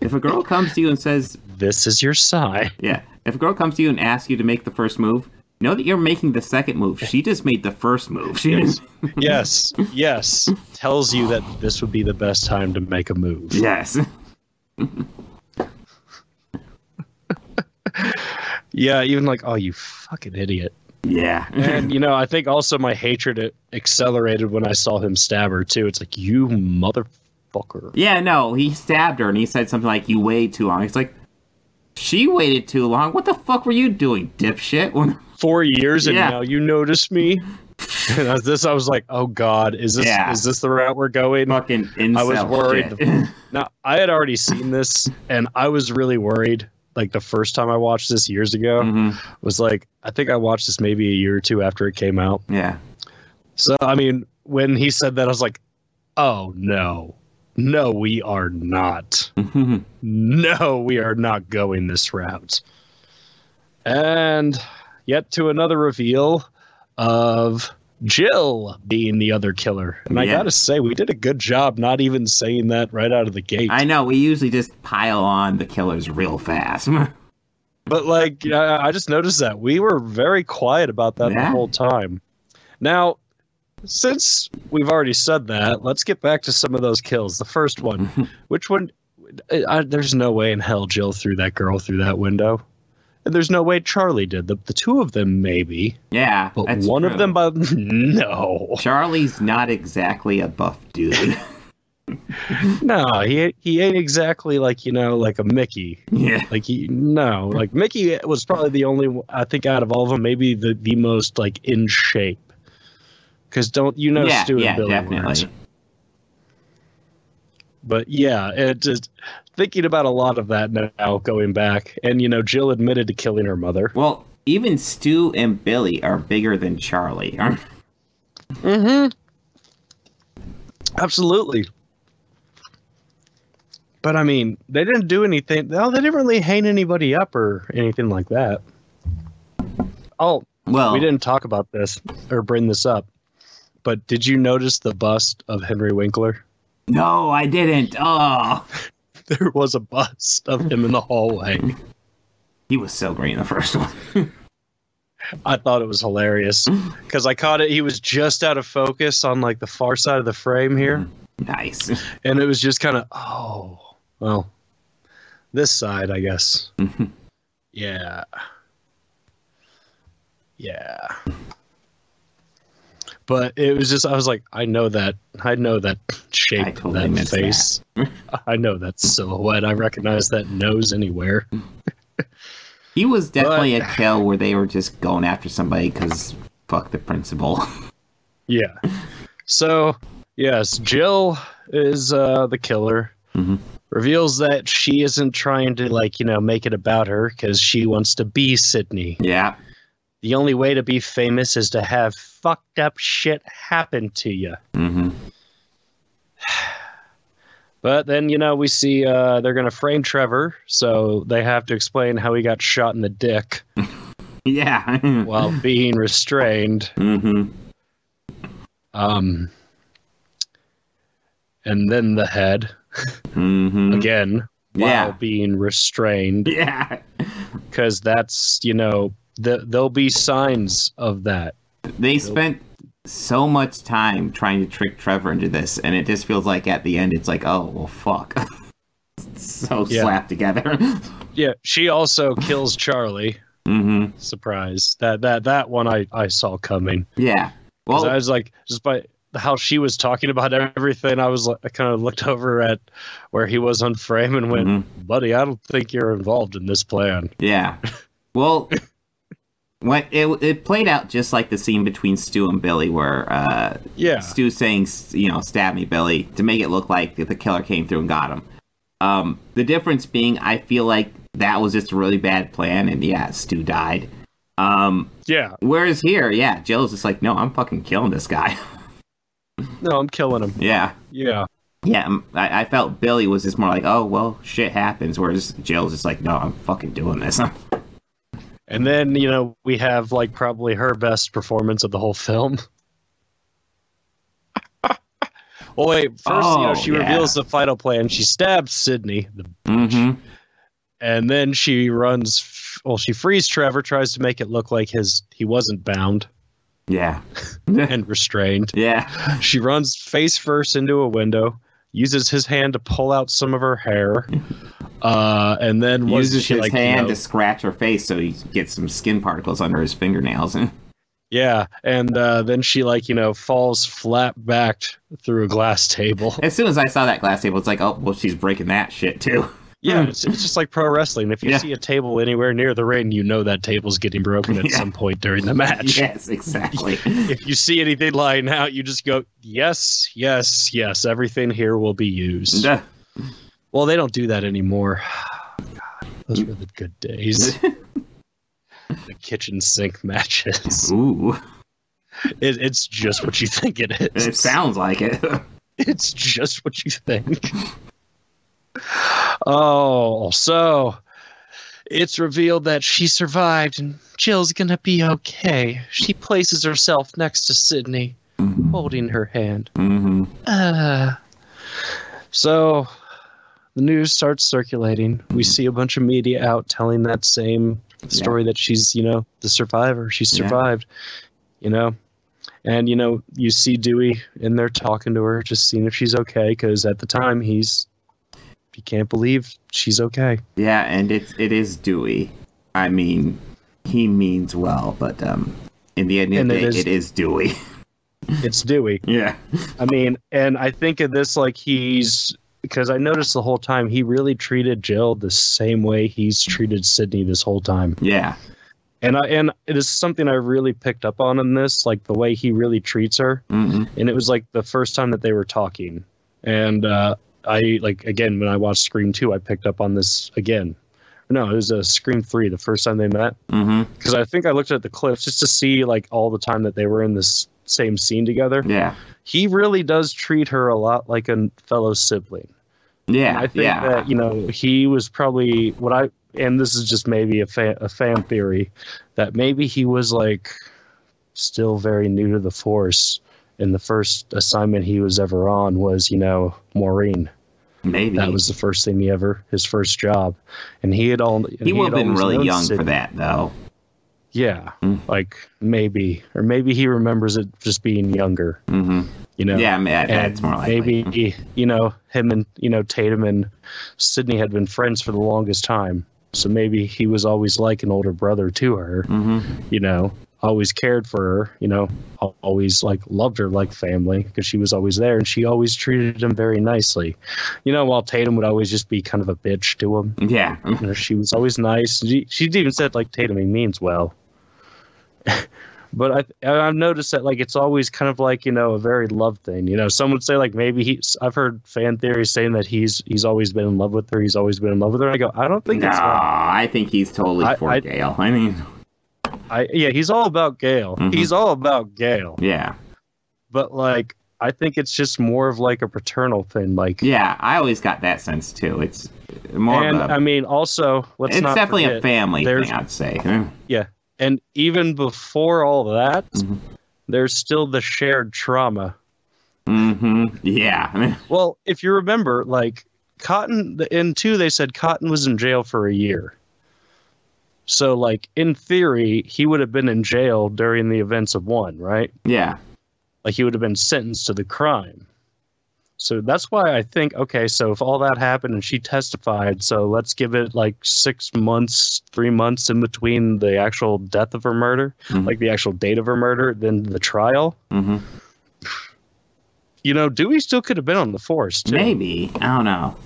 if a girl comes to you and says,
this is your sign.
yeah, if a girl comes to you and asks you to make the first move, know that you're making the second move. She just made the first move. She didn't-
Yes, yes. Tells you that this would be the best time to make a move.
yes.
Yeah, even like, oh, you fucking idiot.
Yeah.
And you know, I think also my hatred it accelerated when I saw him stab her too. It's like, you motherfucker.
Yeah, no, he stabbed her and he said something like, you waited too long. It's like, she waited too long? What the fuck were you doing, dipshit? Well,
four years and
Yeah.
now you notice me. And as this, I was like, "Oh God, is this
Yeah.
is this the route we're going?"
fucking incel
I was worried.
shit.
now I had already seen this, and I was really worried. Like the first time I watched this years ago
Mhm.
was like, I think I watched this maybe a year or two after it came out.
Yeah.
So I mean, when he said that, I was like, "Oh no, no, we are not."
Mhm.
no, we are not going this route. And yet to another reveal of Jill being the other killer. And I
Yeah.
gotta say, we did a good job not even saying that right out of the gate.
I know, we usually just pile on the killers real fast.
But like, I I just noticed that we were very quiet about that the
Yeah.
whole time. Now, since we've already said that, let's get back to some of those kills. The first one, which one? I, I- there's no way in hell Jill threw that girl through that window, and there's no way Charlie did. The the two of them maybe,
yeah.
but
that's
one
true.
of them, but no,
Charlie's not exactly a buff dude.
no, he he ain't exactly like you know like a Mickey.
yeah.
Like he no, like Mickey was probably the only one- I think out of all of them maybe the the most like in shape. Cuz don't you know
yeah,
Stu and
yeah,
Billy
definitely.
weren't. But yeah, it just thinking about a lot of that now going back and you know Jill admitted to killing her mother.
Well, even Stu and Billy are bigger than Charlie. aren't- Mm-hmm.
Absolutely. But I mean, they didn't do anything. No, they didn't really hang anybody up or anything like that. Oh,
Well,
we didn't talk about this or bring this up. But did you notice the bust of Henry Winkler?
No, I didn't. Oh,
There was a bust of him in the hallway.
he was so great in the first one.
I thought it was hilarious because I caught it. He was just out of focus on like the far side of the frame here,
nice.
and it was just kind of oh well, this side I guess.
Mm-hmm.
yeah, yeah. But it was just I was like I know that I know that shape
I
of
totally
that
missed
face. I know that silhouette. I recognize that nose anywhere.
He was definitely a kill where they were just going after somebody because fuck the principal.
Yeah. So, yes, Jill is uh, the killer. Reveals that she isn't trying to, like, you know, make it about her because she wants to be Sydney.
yeah.
The only way to be famous is to have fucked up shit happen to you.
Mm-hmm.
But then, you know, we see uh, they're going to frame Trevor, so they have to explain how he got shot in the dick
Yeah.
while being restrained.
mm-hmm.
Um, and then the head
Mm-hmm.
again.
Yeah.
While being restrained.
Yeah.
because that's you know the, there'll be signs of that
They spent so much time trying to trick Trevor into this, and it just feels like at the end it's like, oh well, fuck. It's so
Yeah.
slapped together.
yeah she also kills charlie
mm-hmm.
surprise that that that one i i saw coming
Yeah.
'Cause
Well,
i was like just by how she was talking about everything i was like i kind of looked over at where he was on frame and went
Mm-hmm.
buddy i don't think you're involved in this plan
Yeah. Well, what it it played out just like the scene between Stu and Billy, where uh,
yeah
Stu saying, you know, stab me, Billy, to make it look like the killer came through and got him. Um, the difference being, I feel like that was just a really bad plan, and yeah, Stu died. Um,
yeah
whereas here, yeah, Jill's just like, no, I'm fucking killing this guy.
no i'm killing him
yeah.
yeah
Yeah, um, I, I felt Billy was just more like, oh, well, shit happens. Whereas Jill's just like, no, I'm fucking doing this.
and then you know we have like probably her best performance of the whole film well wait first you
Oh,
know she
yeah.
reveals the final plan she stabs sydney the-
mm-hmm.
and then she runs f- well she frees trevor tries to make it look like his he wasn't bound
Yeah.
and restrained
Yeah.
she runs face first into a window uses his hand to pull out some of her hair uh, and then was
uses
she
his
like you
hand
know-
to scratch her face so he gets some skin particles under his fingernails. And
Yeah, and uh, then she like you know falls flat backed through a glass table.
as soon as I saw that glass table, it's like, oh, well, she's breaking that shit too.
Yeah, it's, it's just like pro wrestling. If you
Hmm. Yeah.
see a table anywhere near the ring, you know that table's getting broken at
Yeah.
some point during the match.
yes, exactly.
If you see anything lying out, you just go, yes, yes, yes. Everything here will be used.
Duh.
Well, they don't do that anymore. God, those were the good days. the kitchen sink matches.
Ooh,
It, it's just what you think it is.
it sounds like it.
It's just what you think. oh, so it's revealed that she survived and Jill's gonna be okay. She places herself next to Sydney, holding her hand.
hmm
Ah. so the news starts circulating. We see a bunch of media out telling that same story that she's, you know, the survivor. She
Yeah.
survived, you know. And, you know, you see Dewey in there talking to her, just seeing if she's okay, because at the time he's, he can't believe she's okay.
Yeah, and it's it is Dewey. I mean, he means well, but um, in the end of
And
the
it
day,
is-
it is Dewey.
It's Dewey.
yeah.
I mean, and I think of this like he's because I noticed the whole time he really treated Jill the same way he's treated Sydney this whole time.
Yeah.
and I and it is something I really picked up on in this, like the way he really treats her.
Mhm.
And it was like the first time that they were talking, and uh, I like again when I watched Scream two, I picked up on this again. No, it was uh, Scream three, the first time they met,
Mhm.
because I think I looked at the clips just to see like all the time that they were in this same scene together.
Yeah.
He really does treat her a lot like a fellow sibling.
Yeah,
I think
yeah.
that you know he was probably what I and this is just maybe a fan, a fan theory that maybe he was like still very new to the force and the first assignment he was ever on was you know Maureen
Maybe
that was the first thing he ever his first job and he had all
he would have been really young
that.
for that Mm. though.
Yeah, like maybe, or maybe he remembers it just being younger.
hmm
You know.
Yeah, I mean, that-
And
that's more likely.
maybe you know him and you know Tatum and Sydney had been friends for the longest time, so maybe he was always like an older brother to her.
hmm
You know, always cared for her. You know, al- always like loved her like family because she was always there and she always treated him very nicely. You know, while Tatum would always just be kind of a bitch to him.
Yeah,
You know, she was always nice. She, she even said like Tatum, he means well. but I I've noticed that like it's always kind of like you know a very love thing. You know, some would say like maybe he's. I've heard fan theories saying that he's he's always been in love with her. He's always been in love with her. I go, I don't think
no,
that's. right.
I think he's totally
I-
for
I-
Gail. I mean,
I yeah, he's all about Gail.
Mhm.
He's all about Gail.
yeah,
But like, I think it's just more of like a paternal thing. Like,
yeah. I always got that sense too. It's more
and
of a.
I mean, also let's
it's
not
definitely a
forget,
family
there's-
thing, I'd say. Mm.
and even before all that
Mhm.
there's still the shared trauma
hmm Yeah.
well if you remember like cotton in two they said cotton was in jail for a year so like in theory he would have been in jail during the events of one right
yeah.
like he would have been sentenced to the crime so that's why i think okay so if all that happened and she testified so let's give it like six months three months in between the actual death of her murder
Mhm.
like the actual date of her murder then the trial
hmm
you know dewey still could have been on the force too
Maybe. I don't know.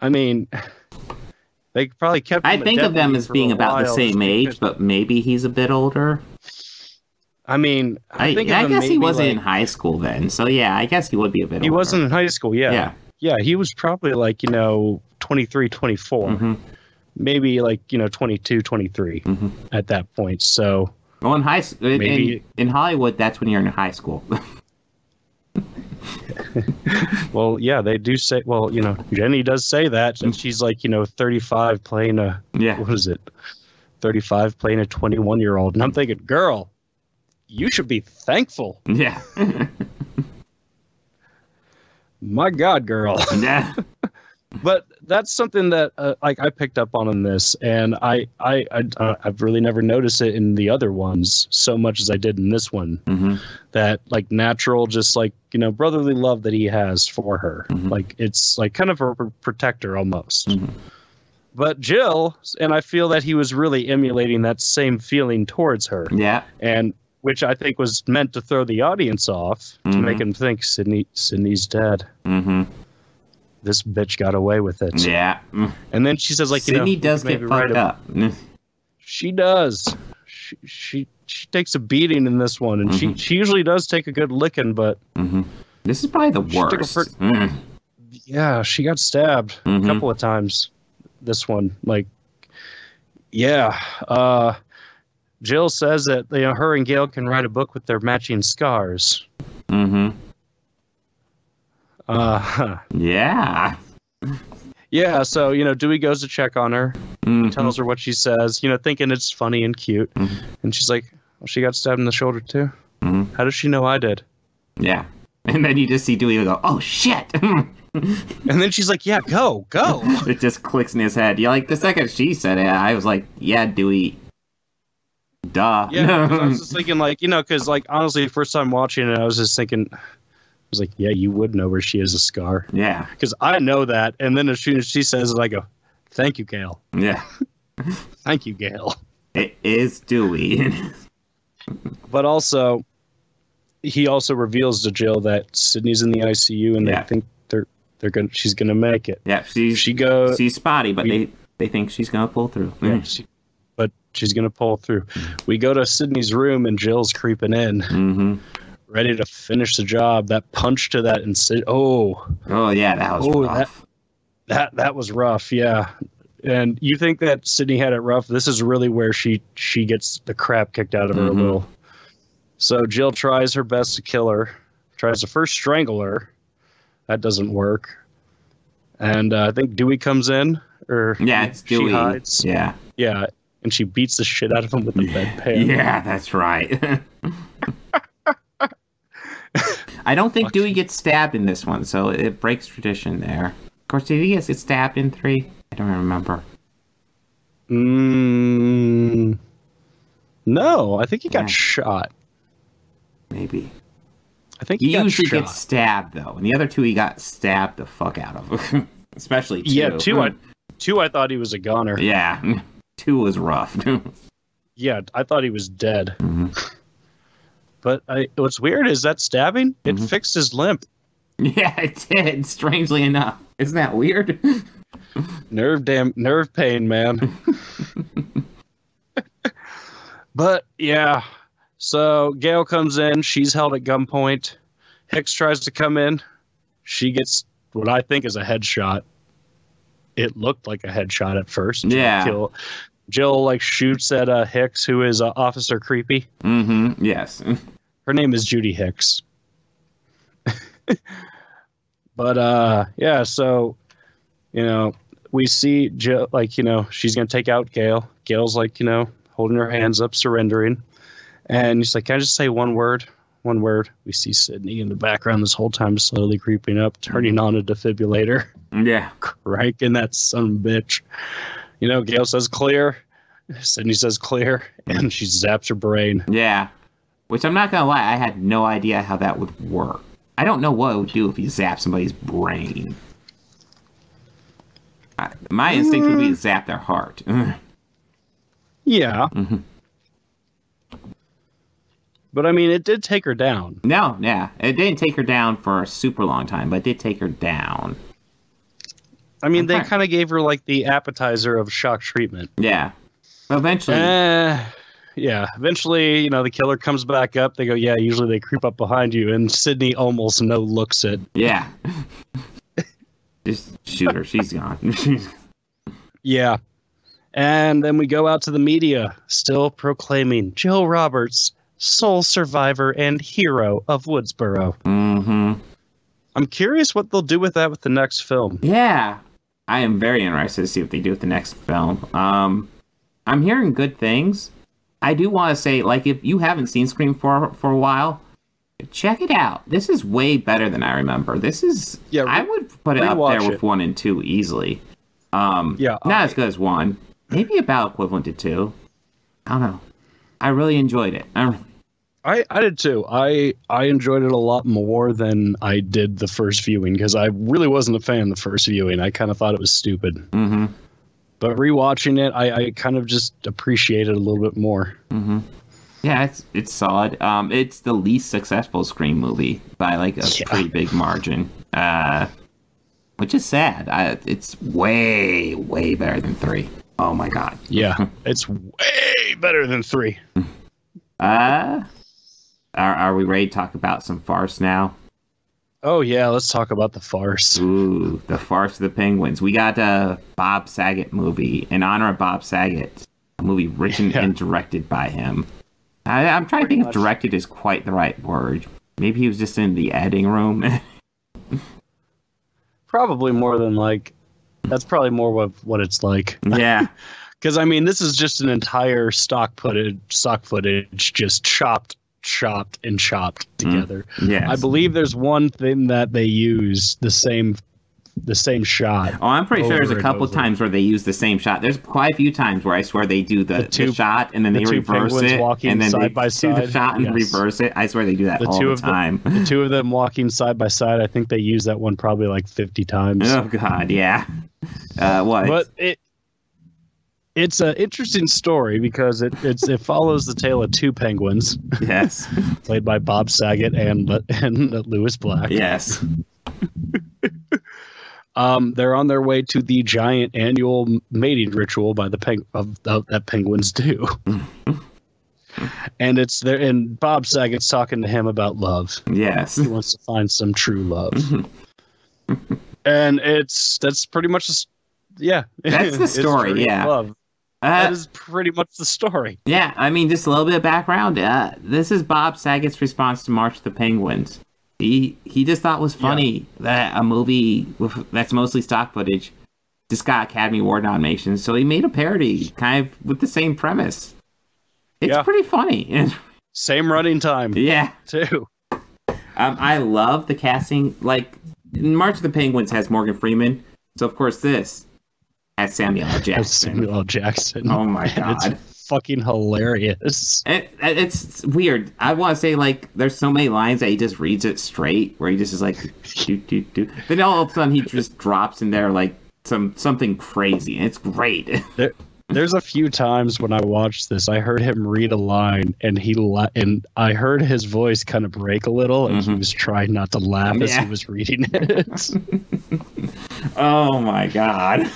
i mean they probably kept
I
him a
think of them
deputy
as
for
being
a
about the
while
same
just
age,
because-
but maybe he's a bit older.
i mean
I,
i, think of
I
him
guess he
maybe,
wasn't in
like-
high school then, so yeah, I guess he would be a bit.
he
older.
wasn't in high school yeah
Yeah.
yeah, he was probably like you know 23 24
hmm
maybe like you know 22 23
Mhm.
at that point so
Well, in high s- in, in,
Maybe-
in Hollywood, that's when you're in high school.
well yeah they do say well you know jenny does say that and she's like you know 35 playing a
yeah.
what is it 35 playing a 21 year old and i'm thinking girl you should be thankful
Yeah.
my god girl
yeah.
but that's something that uh, like i picked up on in this and I, I i uh, i've really never noticed it in the other ones so much as i did in this one
hmm
that like natural just like you know brotherly love that he has for her
Mhm.
like it's like kind of a pr- protector almost
Mhm.
but jill and i feel that he was really emulating that same feeling towards her
Yeah.
and which i think was meant to throw the audience off to
Mhm.
make him think sydney sydney's dead
hmm
this bitch got away with it
Yeah. Mm.
and then she says like you know
Sydney
you
does
could
get
maybe
fucked
write a-
up. Mm.
she does she, she she takes a beating in this one and she she usually does take a good licking but
Mhm. This is probably the
She took a
worst.
fir-
Mm.
yeah, she got stabbed
Mhm.
a couple of times. This one, like, yeah. Uh, Jill says that you know, her and Gail can write a book with their matching scars.
Mhm.
Uh,
Yeah.
yeah. So you know, Dewey goes to check on her,
Mhm.
tells her what she says. You know, thinking it's funny and cute,
Mhm.
and she's like, well, "She got stabbed in the shoulder too.
Mhm.
How does she know I did?"
Yeah. And then you just see Dewey go, "Oh shit!"
And then she's like, "Yeah, go, go."
it just clicks in his head. Yeah, like the second she said it, I was like, "Yeah, Dewey." Duh.
Yeah, 'cause I was just thinking, like, you know, because, like, honestly, first time watching it, I was just thinking, I was like, yeah, you would know where she is a scar.
yeah.
Because I know that. And then as soon as she says it, I go, thank you, Gail.
Yeah.
Thank you, Gail.
It is Dewey.
But also, he also reveals to Jill that Sydney's in the ICU and
Yeah.
they think they're, they're gonna, she's going to make it.
yeah. She's
She goes,
she's spotty, but
we-
they they think she's gonna pull through.
yeah, she- but she's going to pull through. We go to Sydney's room and Jill's creeping in,
Mm-hmm.
ready to finish the job. That punch to that, insid- oh,
Oh yeah, that was
Oh,
rough.
that that was rough yeah and you think that sydney had it rough this is really where she she gets the crap kicked out of her
Mhm.
a little so jill tries her best to kill her tries to first strangle her that doesn't work and uh, I think Dewey comes in, or
Yeah, it's
she
Dewey.
hides.
Yeah.
Yeah, and she beats the shit out of him with the bedpan.
Yeah, that's right. I don't think Dewey gets stabbed in this one, so it breaks tradition there. Of course, did he guys get stabbed in three? I don't remember.
Mm, no, I think he got
Yeah.
shot.
Maybe.
I think he,
He
got
usually
shot.
gets stabbed, though. And the other two, he got stabbed the fuck out of. Especially two. Mm.
yeah, two. I, two. I thought he was a goner. Yeah,
Yeah. Two was rough.
I thought he was dead. But I, what's weird is that stabbing it fixed his limp.
yeah, it did, strangely enough. Isn't that weird?
nerve damn nerve pain man but yeah so gail comes in she's held at gunpoint hicks tries to come in she gets what i think is a headshot it looked like a headshot at first
Yeah.
jill, jill like shoots at uh, hicks who is uh, officer creepy
mm hmm. Yes.
her name is Judy Hicks. but uh yeah, so you know, we see Jill like, you know, she's gonna take out Gail. Gail's like, you know, holding her hands up, surrendering. And he's like, Can I just say one word? One word. We see Sydney in the background this whole time slowly creeping up, turning on a defibrillator,
Yeah.
cranking that son of a bitch. You know, Gail says clear. Sydney says clear, and she zaps her brain.
Yeah. Which I'm not gonna lie, I had no idea how that would work. I don't know what it would do if you zap somebody's brain. I, my instinct would be to zap their heart.
Yeah.
Mhm.
But I mean, it did take her down.
no, yeah. It didn't take her down for a super long time, but it did take her down.
I mean, they
Okay.
kind of gave her like the appetizer of shock treatment.
Yeah. Eventually.
Eh, yeah. Eventually, you know, the killer comes back up. They go, yeah. Usually, they creep up behind you, and Sydney almost no looks it.
yeah. Just shoot her. She's gone.
Yeah. And then we go out to the media, still proclaiming Jill Roberts, sole survivor and hero of Woodsboro.
mm-hmm.
I'm curious what they'll do with that with the next film.
Yeah. I am very interested to see what they do with the next film. Um I'm hearing good things. I do want to say like if you haven't seen Scream for for a while, check it out. This is way better than I remember. This is
Yeah, re-
I would put it up there
rewatch
with
it.
1 and 2 easily. Um
Yeah,
not
I-
as good as 1. Maybe about equivalent to 2. I don't know. I really enjoyed it. I
I, I did too. I I enjoyed it a lot more than I did the first viewing because I really wasn't a fan the first viewing. I kind of thought it was stupid.
mm-hmm.
But rewatching it, I, I kind of just appreciate it a little bit more.
Yeah, it's it's solid. Um, it's the least successful Scream movie by like a
Yeah.
pretty big margin, uh, which is sad. I, it's way way better than three. Oh my god.
Yeah, it's way better than three.
Uh, are are we ready to talk about some farce now?
Oh yeah, let's talk about the farce.
Ooh, the farce of the penguins. We got a Bob Saget movie in honor of Bob Saget, a movie written
Yeah.
and directed by him. I, I'm trying to think if directed is quite the right word. Maybe he was just in the editing room.
Probably more than like. That's probably more of what it's like.
yeah.
Because I mean, this is just an entire stock footage, stock footage, just chopped, chopped, and chopped together.
Yeah.
I believe there's one thing that they use the same, the same shot.
Oh, I'm pretty sure there's
over
a
and
couple
over.
times where they use the same shot. There's quite a few times where I swear they do the, the,
two-
shot and then
the
they
two
reverse
penguins
it,
walking
and then they
side by
do the
side.
shot and
Yes.
reverse it. I swear they do that
The
all
two
the
of them.
time.
The two of them walking side by side. I think they use that one probably like 50 times.
oh God, yeah. Uh, what?
But it, it's an interesting story because it it's it follows the tale of two penguins
Yes,
played by Bob Saget and and Lewis Black.
yes.
Um, they're on their way to the giant annual mating ritual by the peng- of, of, that penguins do. and it's there and Bob Saget's talking to him about love.
Yes.
He wants to find some true love.
Mm-hmm.
and it's that's pretty much the s- yeah.
That's the
It's
story,
true
yeah.
Love.
Uh,
that is pretty much the story.
Yeah, I mean, just a little bit of background. Uh, this is Bob Saget's response to March of the Penguins. He he just thought it was funny that a movie with, that's mostly stock footage just got Academy Award nominations. So he made a parody, kind of with the same premise. It's
Yeah.
pretty funny.
Same running time
yeah.
too.
Um, I love the casting. Like March of the Penguins has Morgan Freeman, so of course this has Samuel L.
That's
Jackson.
Samuel L. Jackson.
Oh my
And
god,
It's fucking hilarious.
it, it- it's weird. I want to say like there's so many lines that he just reads it straight, where he just is like, do, do, do. then all of a sudden he just drops in there like some something crazy, and it's great.
There, there's a few times when I watched this, I heard him read a line, and he la- and I heard his voice kind of break a little, and he was trying not to laugh as
Mm-hmm. Yeah.
he was reading it.
oh my god.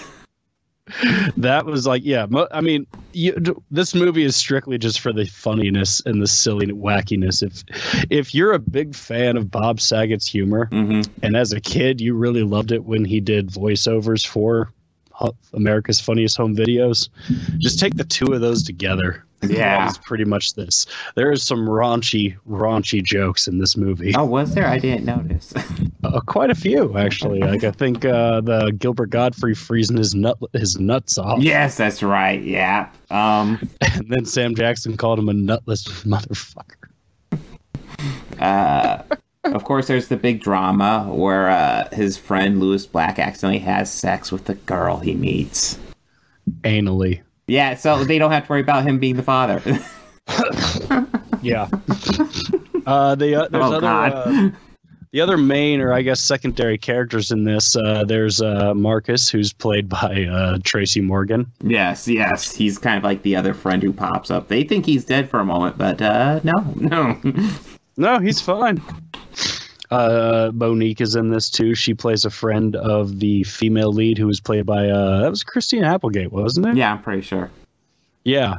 that was like, yeah, mo- I mean, you, d- this movie is strictly just for the funniness and the silly wackiness. If if you're a big fan of Bob Saget's humor,
hmm
and as a kid you really loved it when he did voiceovers for Hu- America's Funniest Home Videos, just take the two of those together.
Yeah.
It's pretty much this. There is some raunchy, raunchy jokes in this movie.
Oh, was there? I didn't notice.
Uh, quite a few, actually. Like I think uh, the Gilbert Godfrey freezing his nut his nuts off,
yes, that's right. Yeah. Um.
and then Sam Jackson called him a nutless motherfucker.
Uh, of course, there's the big drama where uh, his friend Lewis Black accidentally has sex with the girl he meets.
Anally.
Yeah, so they don't have to worry about him being the father.
Yeah. uh, the uh, there's
Oh,
other
God.
uh, the other main or I guess secondary characters in this. Uh, there's uh, Marcus, who's played by uh, Tracy Morgan.
yes, yes, he's kind of like the other friend who pops up. They think he's dead for a moment, but uh, no, no.
No, he's fine. Uh, Monique is in this too. She plays a friend of the female lead who was played by uh, that was Christina Applegate, wasn't it?
yeah, I'm pretty sure.
Yeah.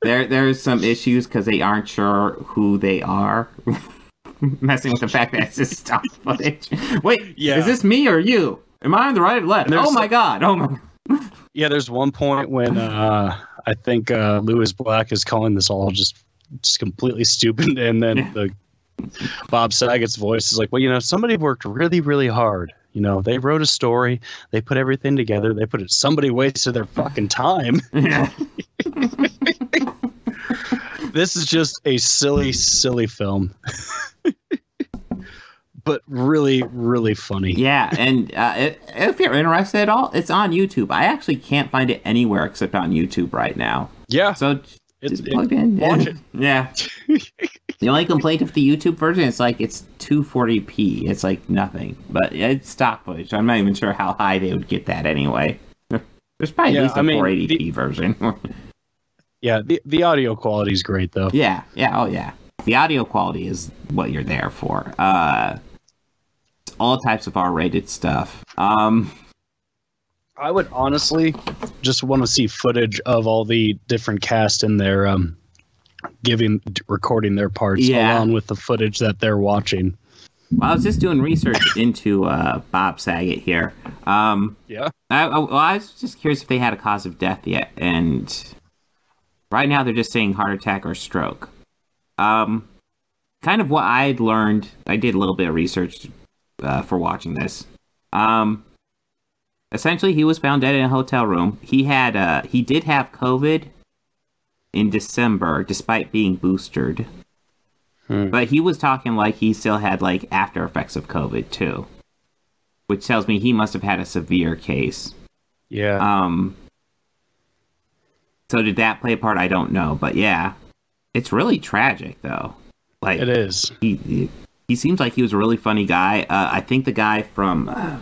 There, there's some issues because they aren't sure who they are. Messing with the fact that it's just stock footage. Wait,
Yeah.
is this me or you? Am I on the right or left?
And there's
Oh my
some-
god! Oh my.
Yeah, there's one point when uh, I think uh, Lewis Black is calling this all just just completely stupid, and then
Yeah.
the Bob Saget's voice is like, "Well, you know, somebody worked really, really hard. You know, they wrote a story, they put everything together, they put it. Somebody wasted their fucking time. this is just a silly, silly film." But really, really funny.
Yeah, and uh, i- if you're interested at all, it's on YouTube. I actually can't find it anywhere except on YouTube right now.
Yeah,
So j-
It's-
just
it-
plug in.
watch it.
Yeah. the only complaint of the YouTube version is like it's 240p. It's like nothing, but it's stock footage. I'm not even sure how high they would get that anyway. There's probably
Yeah,
at least a
I mean,
480p version.
yeah. The, the audio quality is great, though.
Yeah, yeah, oh yeah. The audio quality is what you're there for. Uh, it's all types of R-rated stuff. Um,
I would honestly just want to see footage of all the different cast in their um, giving recording their parts
Yeah.
along with the footage that they're watching.
Well, I was just doing research into uh, Bob Saget here. Um,
Yeah.
I, I, well, I was just curious if they had a cause of death yet, and right now they're just saying heart attack or stroke. Um, kind of what I'd learned. I did a little bit of research uh, for watching this. Um, essentially, he was found dead in a hotel room. He had uh, he did have COVID in December, despite being boosted. But he was talking like he still had like after effects of COVID too, which tells me he must have had a severe case.
Yeah.
Um, so did that play a part? I don't know, but yeah, it's really tragic though. Like
it is.
he- he he seems like he was a really funny guy. Uh, I think the guy from uh,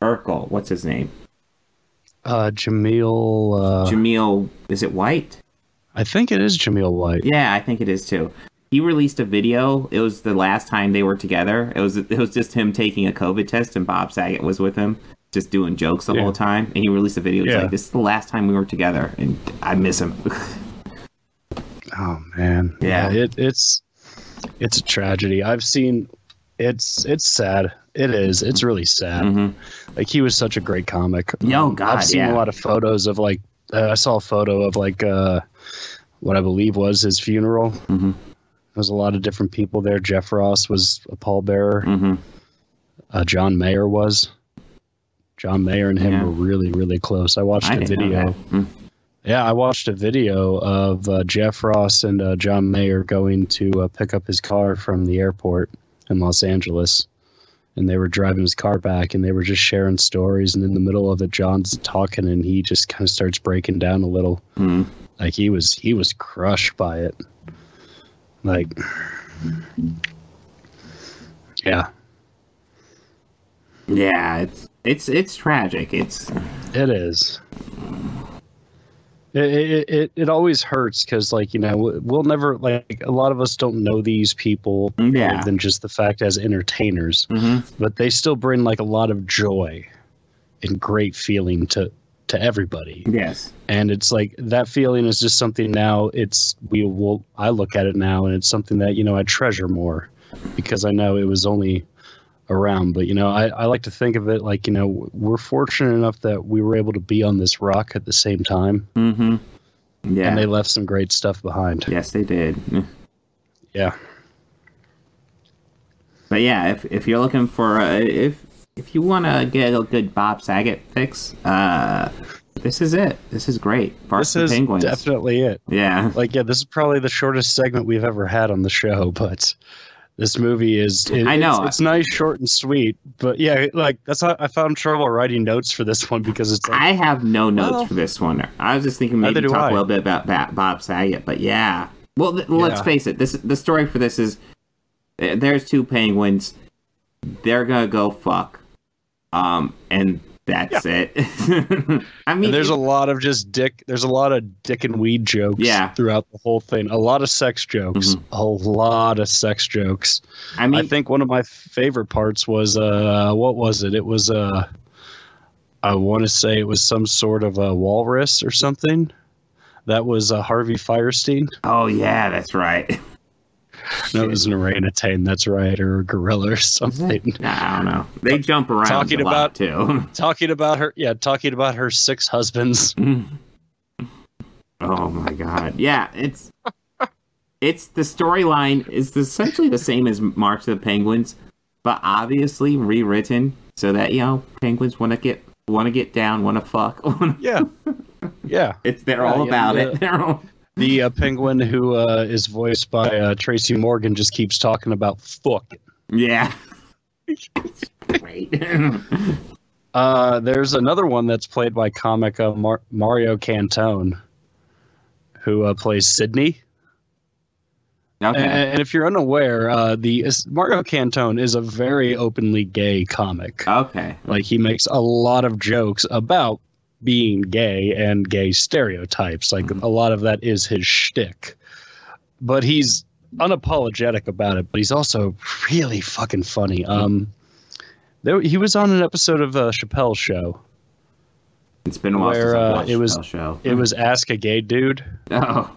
Urkel, what's his name?
Uh Jameel uh
Jameel, is it White?
I think it is Jameel White.
Yeah, I think it is too. He released a video. It was the last time they were together. It was it was just him taking a COVID test, and Bob Saget was with him, just doing jokes the
Yeah.
whole time. And he released a video. He's
Yeah.
like, "This is the last time we were together," and I miss him.
Oh man.
Yeah.
it, it's it's a tragedy. I've seen it's it's sad. It is. It's really sad.
Mhm.
Like he was such a great comic.
Yo,
Um,
God,
I've seen
yeah.
a lot of photos of like
Mm-hmm.
uh, I saw a photo of like uh, what I believe was his funeral, There's a lot of different people there. Jeff Ross was a pallbearer.
Mm-hmm.
Uh, John Mayer was. John Mayer and him
Yeah.
were really, really close. I watched
I
a
didn't know
video.
that. Mm.
Yeah, I watched a video of uh, Jeff Ross and uh, John Mayer going to uh, pick up his car from the airport in Los Angeles. And they were driving his car back and they were just sharing stories. And in the middle of it, John's talking and he just kind of starts breaking down a little.
Hmm.
Like he was, he was crushed by it. Like, yeah,
Yeah, it's it's it's tragic. It's
It is. It it, it, it always hurts because like you know we- we'll never like a lot of us don't know these people
Yeah.
other than just the fact as entertainers, but they still bring like a lot of joy and great feeling to to everybody
yes.
and it's like that feeling is just something now it's we will i look at it now and it's something that you know i treasure more because i know it was only around but you know i, I like to think of it like you know we're fortunate enough that we were able to be on this rock at the same time
Mm-hmm. Yeah.
and they left some great stuff behind
yes, they did.
yeah
But yeah, if if you're looking for uh, if if you want to get a good Bob Saget fix, uh, this is it. This is great.
this
Varsity
is
Penguins.
definitely it
yeah.
like yeah this is probably the shortest segment we've ever had on the show but this movie is it-
I know.
it's, it's nice short and sweet but yeah like that's how i found trouble writing notes for this one because it's like
I have no notes
Well,
for this one. I was just thinking
neither
maybe
do
talk
I.
a little bit about that Bob Saget, but yeah. Well, th- let's
Yeah.
face it. This the story for this is uh, there's two penguins. They're gonna go fuck, um, and that's it. I mean,
And there's
it-
a lot of just dick. There's a lot of dick and weed jokes
Yeah. Mm-hmm.
throughout the whole thing. A lot of sex jokes. A lot of sex jokes.
I mean,
I think one of my favorite parts was uh, what was it? It was uh, I want to say it was some sort of a walrus or something. That was uh, Harvey Firestein.
oh yeah, that's right.
No, it was an orangutan. That's right, or a gorilla or
I
something.
don't know. They jump around
Talking
a lot,
about-
too.
talking about her, yeah, talking about her six husbands.
Oh my god. Yeah, it's it's the storyline is essentially the same as March of the Penguins, but obviously rewritten so that you know penguins want to get want to get down, want to fuck. wanna-
Yeah, yeah.
it's they're
Yeah,
all
yeah,
about
yeah.
it. They're all
The uh, penguin who uh, is voiced by uh, Tracy Morgan just keeps talking about fuck.
yeah. Great.
Uh, there's another one that's played by comic uh, Mar- Mario Cantone, who uh, plays Sydney.
okay.
And, and if you're unaware, uh, the is- Mario Cantone is a very openly gay comic.
Okay.
Like he makes a lot of jokes about being gay and gay stereotypes. Like a lot of that is his shtick. But he's unapologetic about it. But he's also really fucking funny. Um, there, he was on an episode of uh, Chappelle's Show.
It's been a while
Where,
since I
uh,
watched
it was-
the show.
It was Ask a Gay Dude.
oh,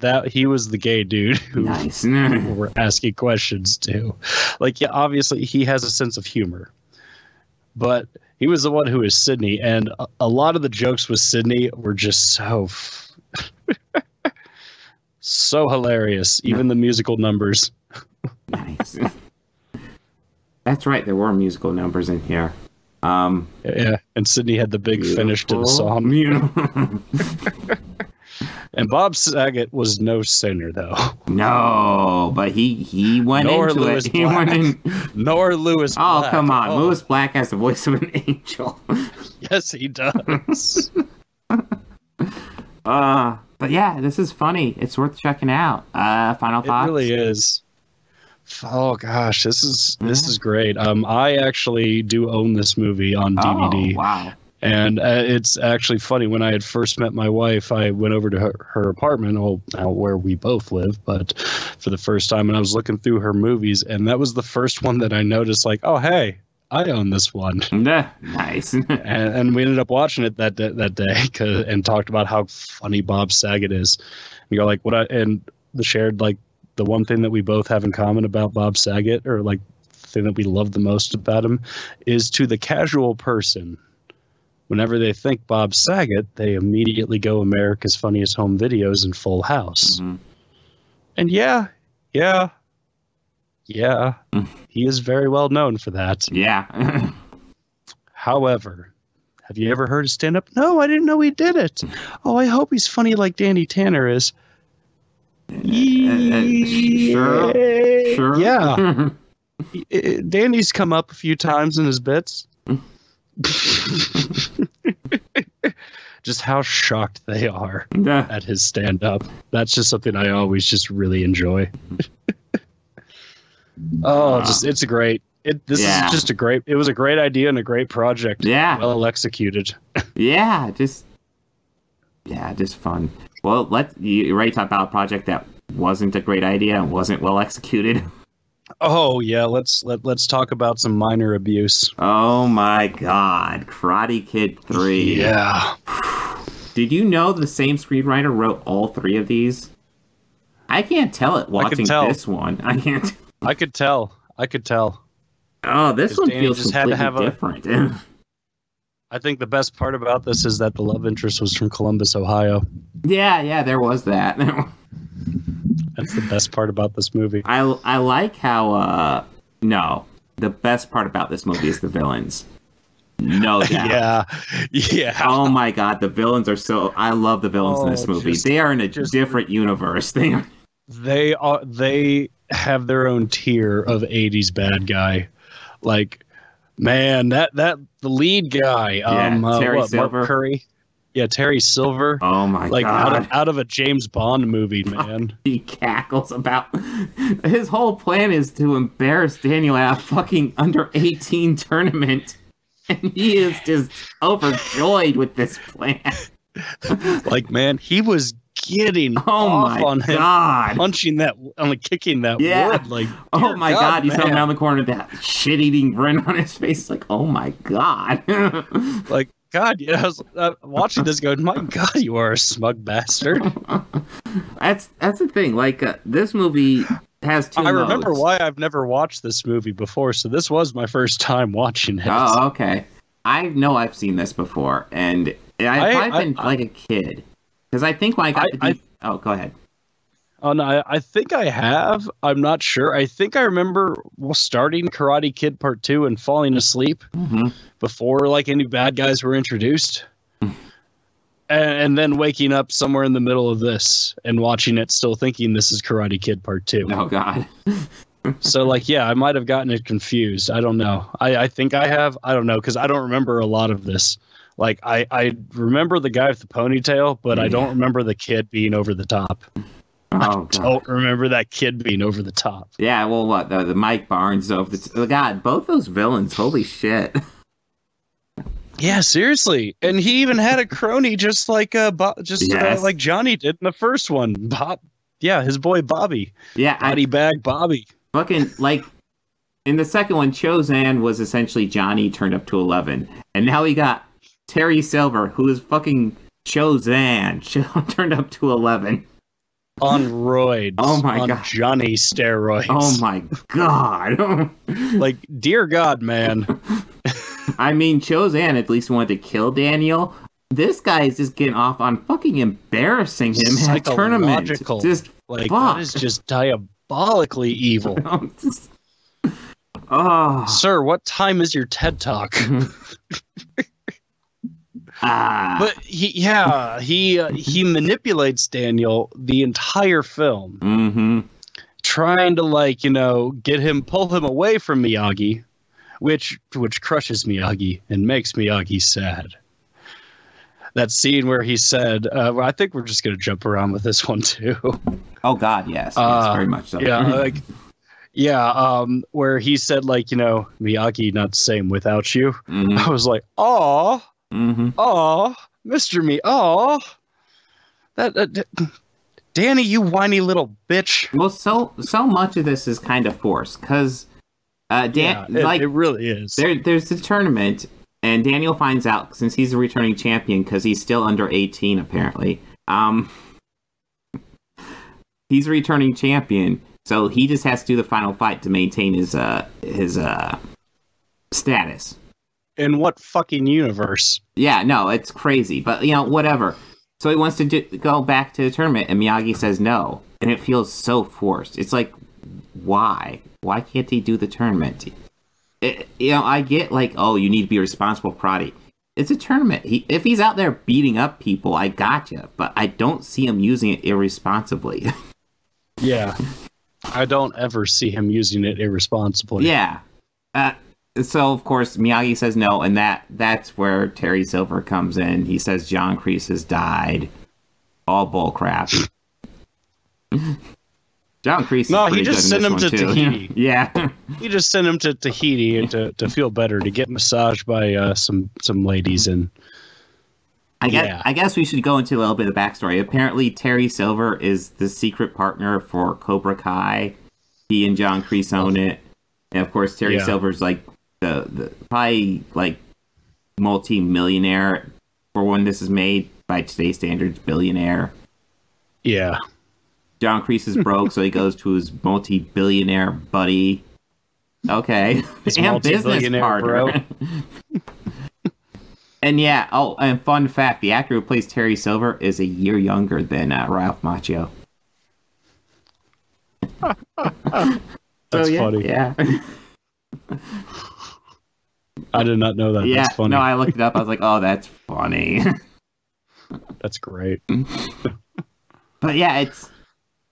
That he was the gay dude who
nice.
were asking questions to. Like, yeah, obviously he has a sense of humor, but he was the one who is Sydney, and a, a lot of the jokes with Sydney were just so, f- so hilarious. Even the musical numbers.
Nice. That's right. There were musical numbers in here. Um,
Yeah, and Sydney had the big finish to the song.
Beautiful.
And Bob Saget was no sinner, though,
no, but he he went
Nor
into
Lewis
it. He went
Black.
in.
nor Lewis.
Oh
Black.
come on,
Oh,
Lewis Black has the voice of an angel.
Yes, he does.
Uh, but yeah, this is funny. It's worth checking out. Uh, final
It
thoughts.
really is. Oh gosh, this is this is great. Um, I actually do own this movie on
Oh,
DVD,
wow.
and uh, it's actually funny. When I had first met my wife, I went over to her, her apartment, well, now where we both live, but for the first time, and I was looking through her movies, and that was the first one that I noticed. Like, oh hey, I own this one,
Nah, Nice.
and, and we ended up watching it that day, that day 'cause- and talked about how funny Bob Saget is. And you're like, what? I, and the shared like the one thing that we both have in common about Bob Saget, or like thing that we love the most about him, is to the casual person. Whenever they think Bob Saget, they immediately go America's Funniest Home Videos and Full House.
Mhm.
And yeah, yeah, yeah, he is very well known for that.
Yeah.
However, have you ever heard of stand up? No, I didn't know he did it. Oh, I hope he's funny like Danny Tanner is.
sure.
Yeah.
Sure.
Yeah. Uh, Danny's come up a few times in his bits. just how shocked they are
Yeah.
at his stand up. That's just something I always just really enjoy. oh, just it's great. It this
Yeah.
is just a great it was a great idea and a great project.
Yeah.
Well executed.
Yeah, just yeah, just fun. Well, let you already talked about a project that wasn't a great idea and wasn't well executed.
Oh yeah, let's let, let's talk about some minor abuse.
Oh my God, Karate Kid Three.
Yeah.
Did you know the same screenwriter wrote all three of these? I can't tell it watching
tell.
this one. I can't.
I could tell. I could tell.
Oh, this
'Cause
one
Danny
feels
just had
completely
to have a-
different.
I think the best part about this is that the love interest was from Columbus, Ohio.
yeah, yeah, there was that.
That's the best part about this movie.
I I like how uh no. The best part about this movie is the villains. No doubt.
Yeah. Yeah.
Oh my god, the villains are so I love the villains in this
Oh,
movie.
just-
they are in a
just-
different universe. They are
they are they have their own tier of 80s bad guy like man that that the lead guy um
Yeah,
uh,
Terry
what,
Silver.
Mark Curry yeah Terry Silver
Oh my
like out
god.
of, out of a James Bond movie man
he cackles about his whole plan is to embarrass Daniel at a fucking under 18 tournament. And he is just overjoyed with this plan.
like man he was getting
Oh
off
my
on him Oh,
god.
punching that on like kicking that
Yeah.
wood like
Oh
dear
my god, he's
man.
coming around the corner with that shit eating grin on his face. Like, oh my god.
like God, yeah, I was uh, watching this going, my God, you are a smug bastard.
that's that's the thing. Like, uh, this movie has two
I remember
modes.
why I've never watched this movie before, so this was my first time watching it.
Oh, okay. I know I've seen this before, and I've
I-
probably
I-
been like a kid because I think when I got
I-
the
I-
D- oh, go ahead.
Oh, no, I, I think I have. I'm not sure. I think I remember well, starting Karate Kid Part Two and falling asleep
Mhm.
before like any bad guys were introduced, and, and then waking up somewhere in the middle of this and watching it, still thinking this is Karate Kid Part Two.
Oh God.
So like, yeah, I might have gotten it confused. I don't know. I, I think I have. I don't know because I don't remember a lot of this. Like I, I remember the guy with the ponytail, but I don't remember the kid being over the top.
Oh God.
Don't remember that kid being over the top.
Yeah. Well, what the, the Mike Barnes of the oh, God? Both those villains. Holy shit.
Yeah, seriously. And he even had a crony, just like uh, Bo- just
Yes.
uh, like Johnny did in the first one. Bob, yeah, his boy Bobby,
Yeah.
body
I
bag Bobby.
fucking like. In the second one, Chozan was essentially Johnny turned up to eleven, and now we got Terry Silver, who is fucking Chozan turned up to eleven.
on roids.
Oh my
on
God.
Johnny steroids.
Oh my God. Oh
Like, dear God, man.
I mean, Chozan at least wanted to kill Daniel. This guy is just getting off on fucking embarrassing him at a tournament.
Psychological.
Just
Like
Fuck.
that is just diabolically evil.
um, just- oh,
Sir, what time is your TED talk?
ah.
but he, yeah, he uh, he manipulates Daniel the entire film,
hmm
trying to like you know get him pull him away from Miyagi, which which crushes Miyagi and makes Miyagi sad. That scene where he said, uh, well, "I think we're just going to jump around with this one too."
Oh God, yes, yes,
Uh,
very much so. Mm-hmm.
yeah like yeah um where he said like you know miyagi not the same without you
Mhm,
i was like oh
mhm.
oh mr me oh that, that that- danny you whiny little bitch
Well, so so much of this is kind of forced because uh, Dan,
yeah, it,
like
it really is
There, there's the tournament, and Daniel finds out since he's a returning champion because he's still under 18 apparently. Um, he's a returning champion, so he just has to do the final fight to maintain his uh his uh status.
in what fucking universe
Yeah, no, it's crazy, but you know whatever. So he wants to do, go back to the tournament, and Miyagi says no, and it feels so forced. It's like, why? Why can't he do the tournament? It- you know, I get like, oh, you need to be responsible, Prati. It's a tournament. He, if he's out there beating up people, I gotcha. But I don't see him using it irresponsibly.
Yeah. I don't ever see him using it irresponsibly.
Yeah. Uh, so of course Miyagi says no, and that that's where Terry Silver comes in. He says John Kreese has died. All bull crap. John Kreese.
No,
is
he
pretty
just
good in
sent
this
him
one,
to
too.
Tahiti.
yeah.
You just send him to Tahiti and to, to feel better, to get massaged by uh, some some ladies and
I guess
Yeah.
I guess we should go into a little bit of backstory. Apparently, Terry Silver is the secret partner for Cobra Kai. He and John Kreese own it, and of course, Terry
Oh. Yeah.
Silver's like the, the probably like multi-millionaire for when this is made by today's standards, billionaire.
yeah,
John Kreese is broke, so he goes to his multi-billionaire buddy. Okay,
His
and business
multi-billionaire
partner. and yeah, oh, and fun fact: the actor who plays Terry Silver is a year younger than uh, Ralph Macchio.
that's
Oh, yeah,
funny.
Yeah,
I did not know that.
yeah.
that's funny.
No, I looked it up. I was like, oh, that's funny.
that's great.
Mm-hmm. But yeah, it's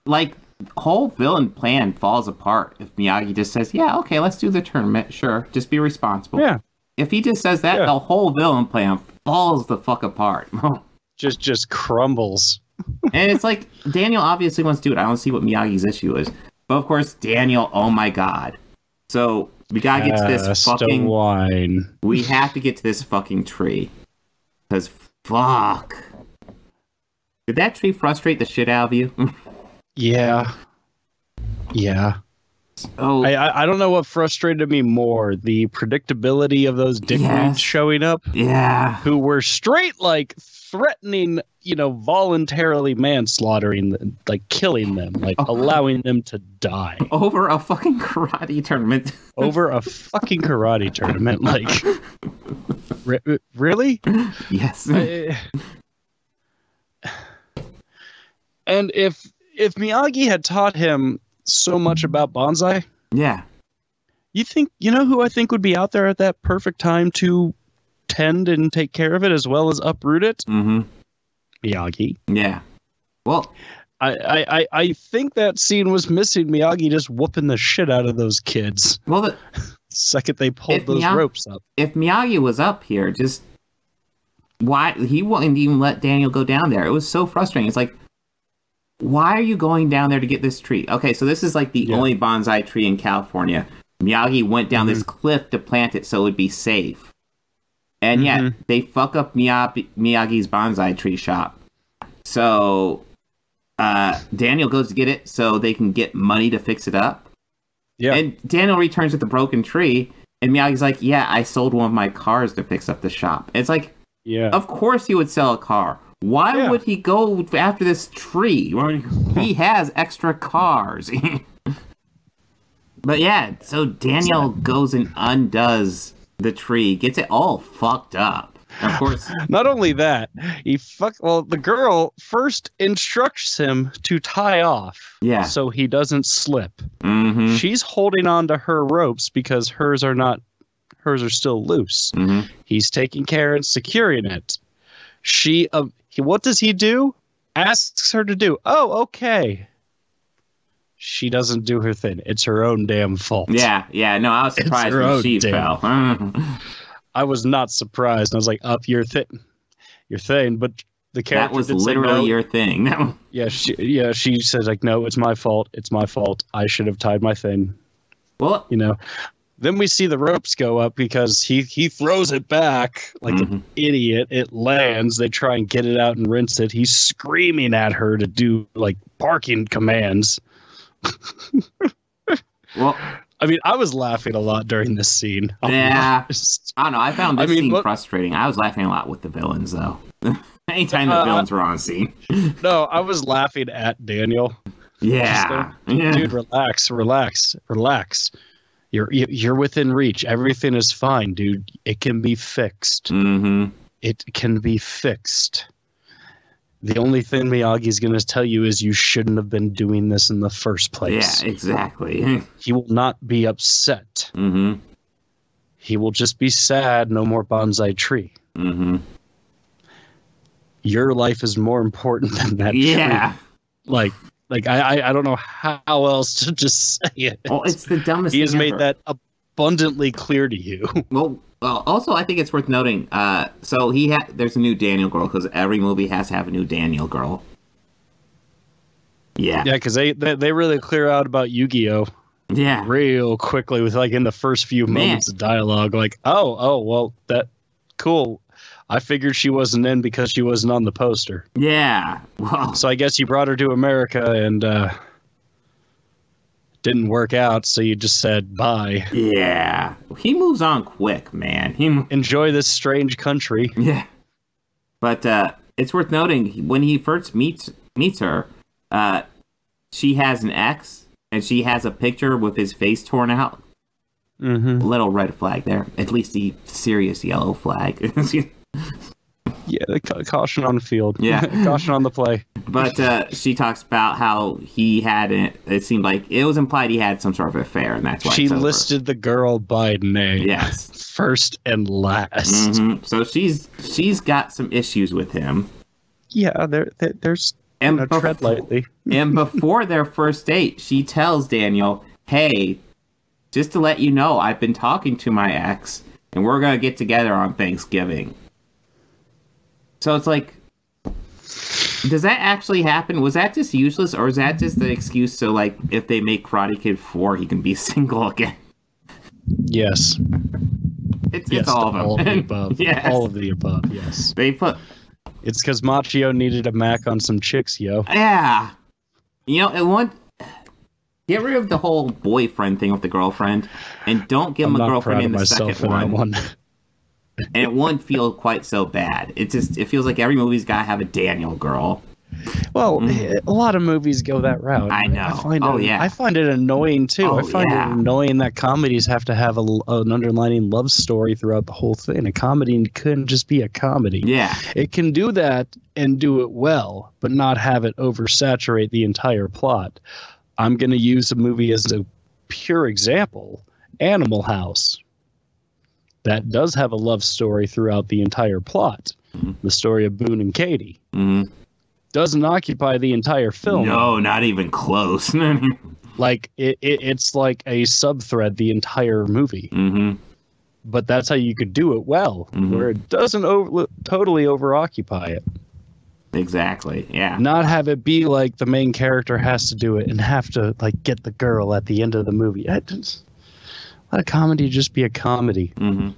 like whole villain plan falls apart if Miyagi just says, "Yeah, okay, let's do the tournament. Sure, just be responsible."
Yeah,
If he just says that,
Yeah.
the whole villain plan falls the fuck apart.
just just crumbles.
and it's like Daniel obviously wants to do it. I don't see what Miyagi's issue is. But of course, Daniel, oh my god. So Miyagi gets this
Cast
fucking
a Uh, wine.
we have to get to this fucking tree. Cause fuck. Did that tree frustrate the shit out of you?
Yeah, yeah.
oh
I, I I don't know what frustrated me more: the predictability of those dickweeds
Yes.
showing up,
yeah.
who were straight like threatening, you know, voluntarily manslaughtering, them, like killing them, like
Uh-huh.
allowing them to die
Over a fucking karate tournament.
over a fucking karate tournament. Like, re- really?
yes.
I- and if if Miyagi had taught him so much about bonsai,
yeah.
you think you know who I think would be out there at that perfect time to tend and take care of it as well as uproot it?
hmm
Miyagi.
Yeah. Well,
I, I, I- I think that scene was missing Miyagi just whooping the shit out of those kids
well, the,
the second they pulled
If
those
Miya-
ropes up.
if Miyagi was up here, just why he wouldn't even let Daniel go down there. It was so frustrating. It's like, why are you going down there to get this tree? Okay, so this is like the
Yeah.
only bonsai tree in California. Miyagi went down this cliff to plant it so it would be safe. And yet they fuck up Miyagi, Miyagi's bonsai tree shop. So uh, Daniel goes to get it so they can get money to fix it up.
Yeah.
And Daniel returns with the broken tree, and Miyagi's like, "Yeah, I sold one of my cars to fix up the shop." It's like,
yeah.
of course he would sell a car. Why
Yeah.
would he go after this tree? Why would he he has extra cars. but yeah, so Daniel goes and undoes the tree, gets it all fucked up. Of course,
Not only that, he fuck well, the girl first instructs him to tie off.
Yeah.
So he doesn't slip.
hmm
She's holding on to her ropes because hers are not hers are still loose.
hmm
He's taking care and securing it. She uh, he, what does he do? Asks her to do. Oh, okay. She doesn't do her thing. It's her own damn fault.
yeah, yeah. No, I was
It's
surprised
her
when
own
she
damn-
fell.
I was not surprised. I was like, "Up your thing, your thing." But the character
that was
did say
literally
no.
your thing.
Yeah, she, yeah. She says like, "No, it's my fault. It's my fault. I should have tied my thing."
well,
You know. Then we see the ropes go up because he he throws it back like
Mhm.
an idiot. It lands. They try and get it out and rinse it. He's screaming at her to do like barking commands.
well,
I mean, I was laughing a lot during this scene. I'll be
Yeah.
honest.
I don't know. I found
I
this
mean,
scene
look-
frustrating. I was laughing a lot with the villains, though. Anytime the
Uh,
villains were on scene.
No, I was laughing at Daniel.
Yeah. yeah.
dude relax relax relax you're you- you're within reach everything is fine dude it can be fixed
Mm-hmm.
it can be fixed the only thing Miyagi's going to tell you is you shouldn't have been doing this in the first place.
Yeah, exactly.
He will not be upset.
hmm
He will just be sad. No more bonsai tree.
hmm
Your life is more important than that tree.
Yeah.
Like, like I, I, I don't know how else to just say it.
Well, it's the dumbest.
he has
thing
made
ever.
that abundantly clear to you.
Well, well, also I think it's worth noting. Uh, so he had there's a new Daniel girl because every movie has to have a new Daniel girl. Yeah,
yeah, because they, they they really clear out about Yu-Gi-Oh.
yeah,
real quickly with like in the first few
Man.
moments of dialogue like oh oh well that cool i figured she wasn't in because she wasn't on the poster
yeah. Well,
so i guess you brought her to america and uh didn't work out so you just said bye
yeah. He moves on quick, man. He, mo-
enjoy this strange country
yeah. But uh, it's worth noting when he first meets meets her, uh, she has an ex, and she has a picture with his face torn out.
mm-hmm.
Little red flag there. At least the serious yellow flag.
yeah the ca- caution on the field
Yeah.
caution on the play
But uh, she talks about how he had it. It seemed like it was implied he had some sort of affair, and that's why
she
it's over.
listed the girl by name
Yes.
first and last
Mhm. So she's she's got some issues with him.
yeah there, there there's
And
no tread
bef-
lightly
and before their first date, she tells Daniel, "Hey, just to let you know, I've been talking to my ex, and we're gonna get together on Thanksgiving." So it's like, does that actually happen? Was that just useless, or is that just the excuse so like if they make Karate Kid four, he can be single again?
yes
It's,
Yes,
it's all of them.
the above.
Yes.
All of the above, yes.
They put,
It's because Machio needed a Mac on some chicks, yo.
yeah. You know, it won't. Get rid of the whole boyfriend thing with the girlfriend, and don't give
I'm
him a
not
girlfriend
proud of
in the second
myself for that
one.
one.
And it won't feel quite so bad. It just it feels like every movie's gotta have a Daniel girl.
Well, eh, a lot of movies go that route.
Hmm. I know.
I find
Oh,
it,
yeah.
I find it annoying too.
Oh,
I find
yeah.
it annoying that comedies have to have a, l- an underlining love story throughout the whole thing. A comedy couldn't just be a comedy.
Yeah,
It can do that and do it well, but not have it oversaturate the entire plot. I'm going to use a movie as a pure example Animal House. That does have a love story throughout the entire plot. The story of Boone and Katie
Mhm.
doesn't occupy the entire film.
no, not even close.
Like, it, it, it's like a sub thread the entire movie
hmm
but that's how you could do it well,
Mhm.
where it doesn't over, totally overoccupy it.
Exactly. Yeah.
Not have it be like the main character has to do it and have to like get the girl at the end of the movie. I just- let a comedy just be a comedy.
hmm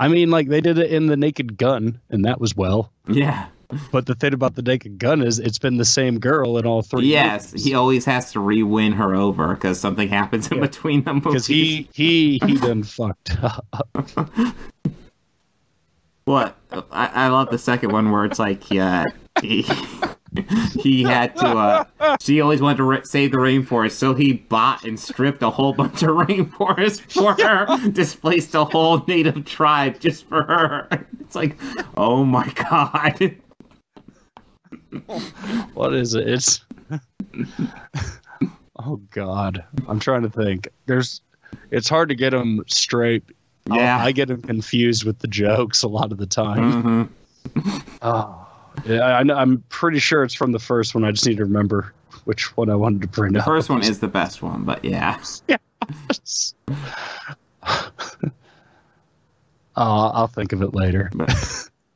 I mean, like they did it in The Naked Gun, and that was well.
Yeah.
But the thing about The Naked Gun is it's been the same girl in all three.
Yes, he always has to re-win her over because something happens in
Yeah.
between them.
because he he he done fucked up.
What I, I love the second one where it's like yeah he, he had to uh she always wanted to re- save the rainforest so he bought and stripped a whole bunch of rainforest for her displaced a whole native tribe just for her it's like oh my god
What is it? It's oh god. I'm trying to think. There's. It's hard to get them straight. I'll-
Yeah.
Oh, I get them confused with the jokes a lot of the time.
hmm
Oh, yeah, I, know- I'm pretty sure it's from the first one. I just need to remember which one I wanted to bring
the
up.
first one is the best one but yeah
oh, I'll think of it later.
but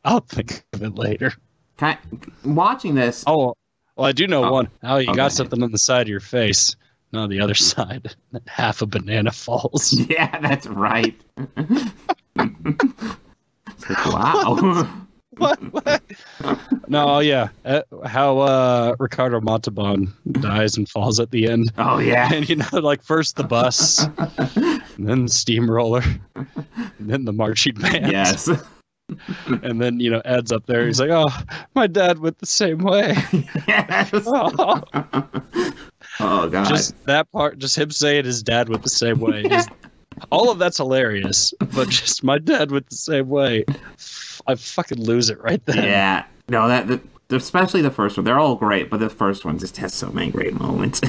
I'll think of it later.
kind, watching this
Oh, well, I do know
Oh,
one. Oh, you
okay.
got something on the side of your face. Not on the other side. Half a banana falls.
yeah that's right it's like wow
what, what? no, yeah. Uh, how uh, Ricardo Montalban dies and falls at the end.
oh yeah
And, you know, like first the bus, and then the steamroller, and then the marching band.
yes
And then, you know, Ed's up there. He's like, oh, my dad went the same way.
yes.
Oh.
Oh god.
Just that part, just him saying his dad went the same way. is- all of that's hilarious, but just my dad went the same way. F- I fucking lose it right there.
yeah. No, that, that especially the first one. They're all great, but the first one just has so many great moments.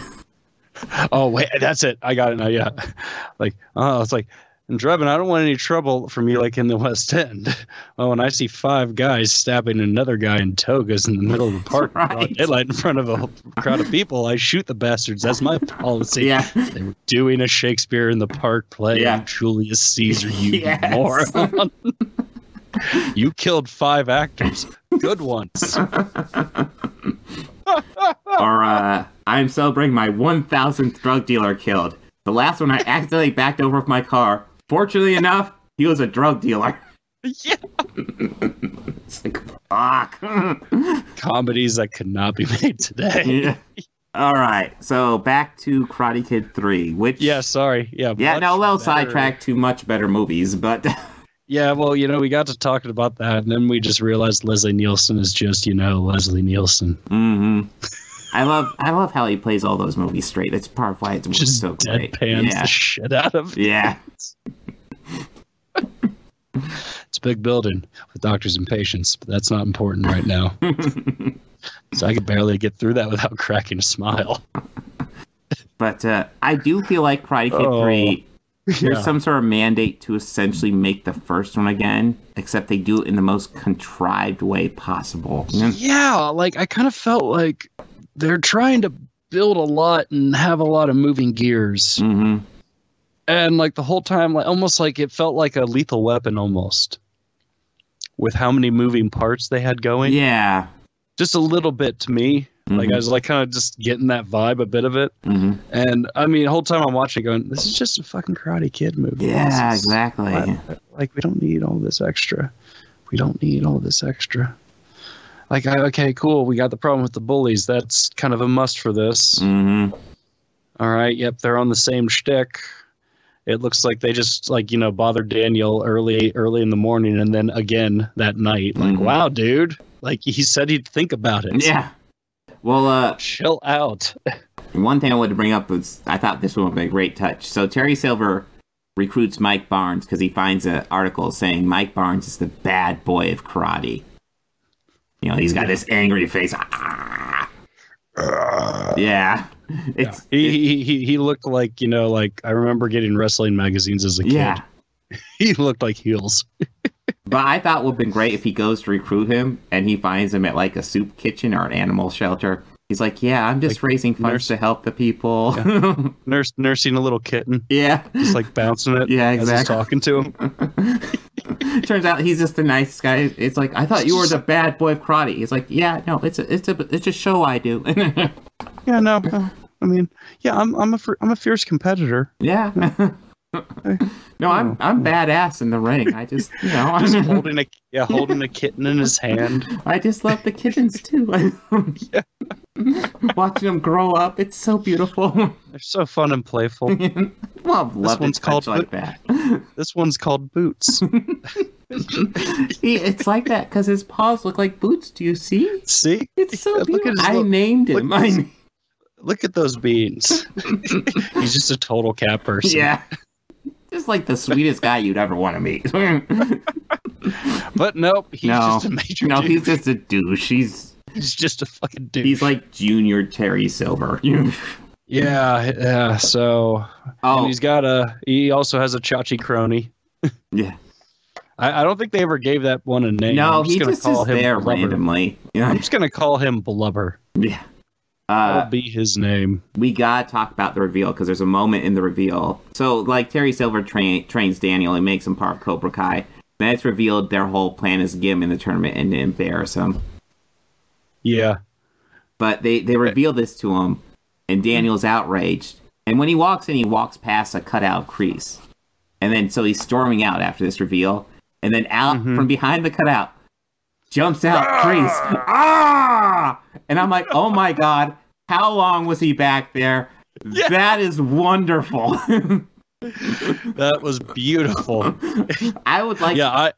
Oh wait, that's it. I got it now. Yeah, like oh, it's like, and Drebin, I don't want any trouble from you, like in the West End. Oh, and I see five guys stabbing another guy in togas in the middle of the park,
Right.
broad daylight in front of a crowd of people. I shoot the bastards. That's my policy.
Yeah.
they were doing a Shakespeare in the park play.
Yeah.
Julius Caesar, you
Yes.
moron. you killed five actors, good ones.
or uh, I'm celebrating my 1,000th drug dealer killed. The last one I accidentally backed over with my car. Fortunately enough, he was a drug dealer.
yeah.
It's like, fuck.
Comedies that could not be made today.
Yeah. All right, so back to Karate Kid 3, which.
Yeah, sorry. Yeah.
Yeah,
much
no, a little
better.
sidetracked to much better movies, but
Yeah, well, you know, we got to talking about that, and then we just realized Leslie Nielsen is just, you know, Leslie Nielsen.
Mhm. I love I love how he plays all those movies straight. That's part of why it's
Just
so great.
deadpans
yeah.
the shit out of it.
yeah.
It's a big building with doctors and patients, but that's not important right now. so I could barely get through that without cracking a smile.
But uh, I do feel like Karate Kid
Oh.
3, there's
Yeah.
some sort of mandate to essentially make the first one again, except they do it in the most contrived way possible.
Yeah, like I kind of felt like they're trying to build a lot and have a lot of moving gears.
Mm-hmm.
and like the whole time like almost like it felt like a lethal weapon almost with how many moving parts they had going
Yeah.
just a little bit to me like
Mhm.
i was like kind of just getting that vibe a bit of it
hmm
and i mean the whole time i'm watching going this is just a fucking karate kid movie
Yeah,
This is-
exactly.
like we don't need all this extra we don't need all this extra like I, okay cool we got the problem with the bullies that's kind of a must for this
hmm
all right. Yep. They're on the same shtick. It looks like they just like you know bothered Daniel early early in the morning and then again that night. Like,
Mhm.
wow, dude. Like he said he'd think about it.
Yeah. Well, uh,
Chill out.
One thing I wanted to bring up was I thought this one would be a great touch. So Terry Silver recruits Mike Barnes because he finds an article saying Mike Barnes is the bad boy of karate. You know, he's got this angry face. Ah. Yeah. It's
He he he- he looked like you know like I remember getting wrestling magazines as a kid.
yeah.
He looked like heels.
But I thought would have been great if he goes to recruit him and he finds him at like a soup kitchen or an animal shelter. He's like, Yeah, I'm just raising funds
nurse-
to help the people.
Nurse nursing a little kitten,
yeah.
just like bouncing it.
Yeah,
As he's
exactly.
talking to him.
Turns out he's just a nice guy. It's like I thought you were the bad boy of karate. He's like, yeah, no, it's a it's a it's a show I do.
Yeah. No. uh, I mean, yeah. I'm I'm a fr- I'm a fierce competitor.
yeah. no, I'm I'm badass in the ring. I just you know
Just
i
holding a yeah holding a kitten in his hand.
I just love the kittens too. Watching them grow up, it's so beautiful.
They're so fun and playful.
well, love
one's
it
called
called like that.
this one's called Boots.
He- it's like that because his paws look like boots. Do you see?
See?
It's so
Yeah, look at
beautiful.
his
I
little-
named
look
him.
at
I
his-
named-
Look at those beans. He's just a total cat person.
Yeah. Just like the sweetest guy you'd ever want to meet. no,
But nope, he's just a major
no,
dude.
he's just a douche. He's
He's just a fucking dude.
he's like junior Terry Silver. You-
yeah, yeah. So and
oh,
he's got a. He also has a Chachi crony.
yeah.
I, I don't think they ever gave that one a name.
No,
I'm just
he
gonna
just
call
is
him
there
Blubber.
randomly.
I'm
Yeah.
just gonna call him Blubber.
yeah.
That'll
Uh,
be his name.
we gotta talk about the reveal because there's a moment in the reveal. So, like Terry Silver tra- trains Daniel and makes him part of Cobra Kai. Then it's revealed their whole plan is to get him in the tournament and to embarrass him.
Yeah.
but they they reveal this to him and daniel's outraged and when he walks in he walks past a cutout crease and then so he's storming out after this reveal and then out from behind the cutout jumps out crease ah and i'm like oh my god how long was he back there that is wonderful
That was beautiful.
i would like
yeah, I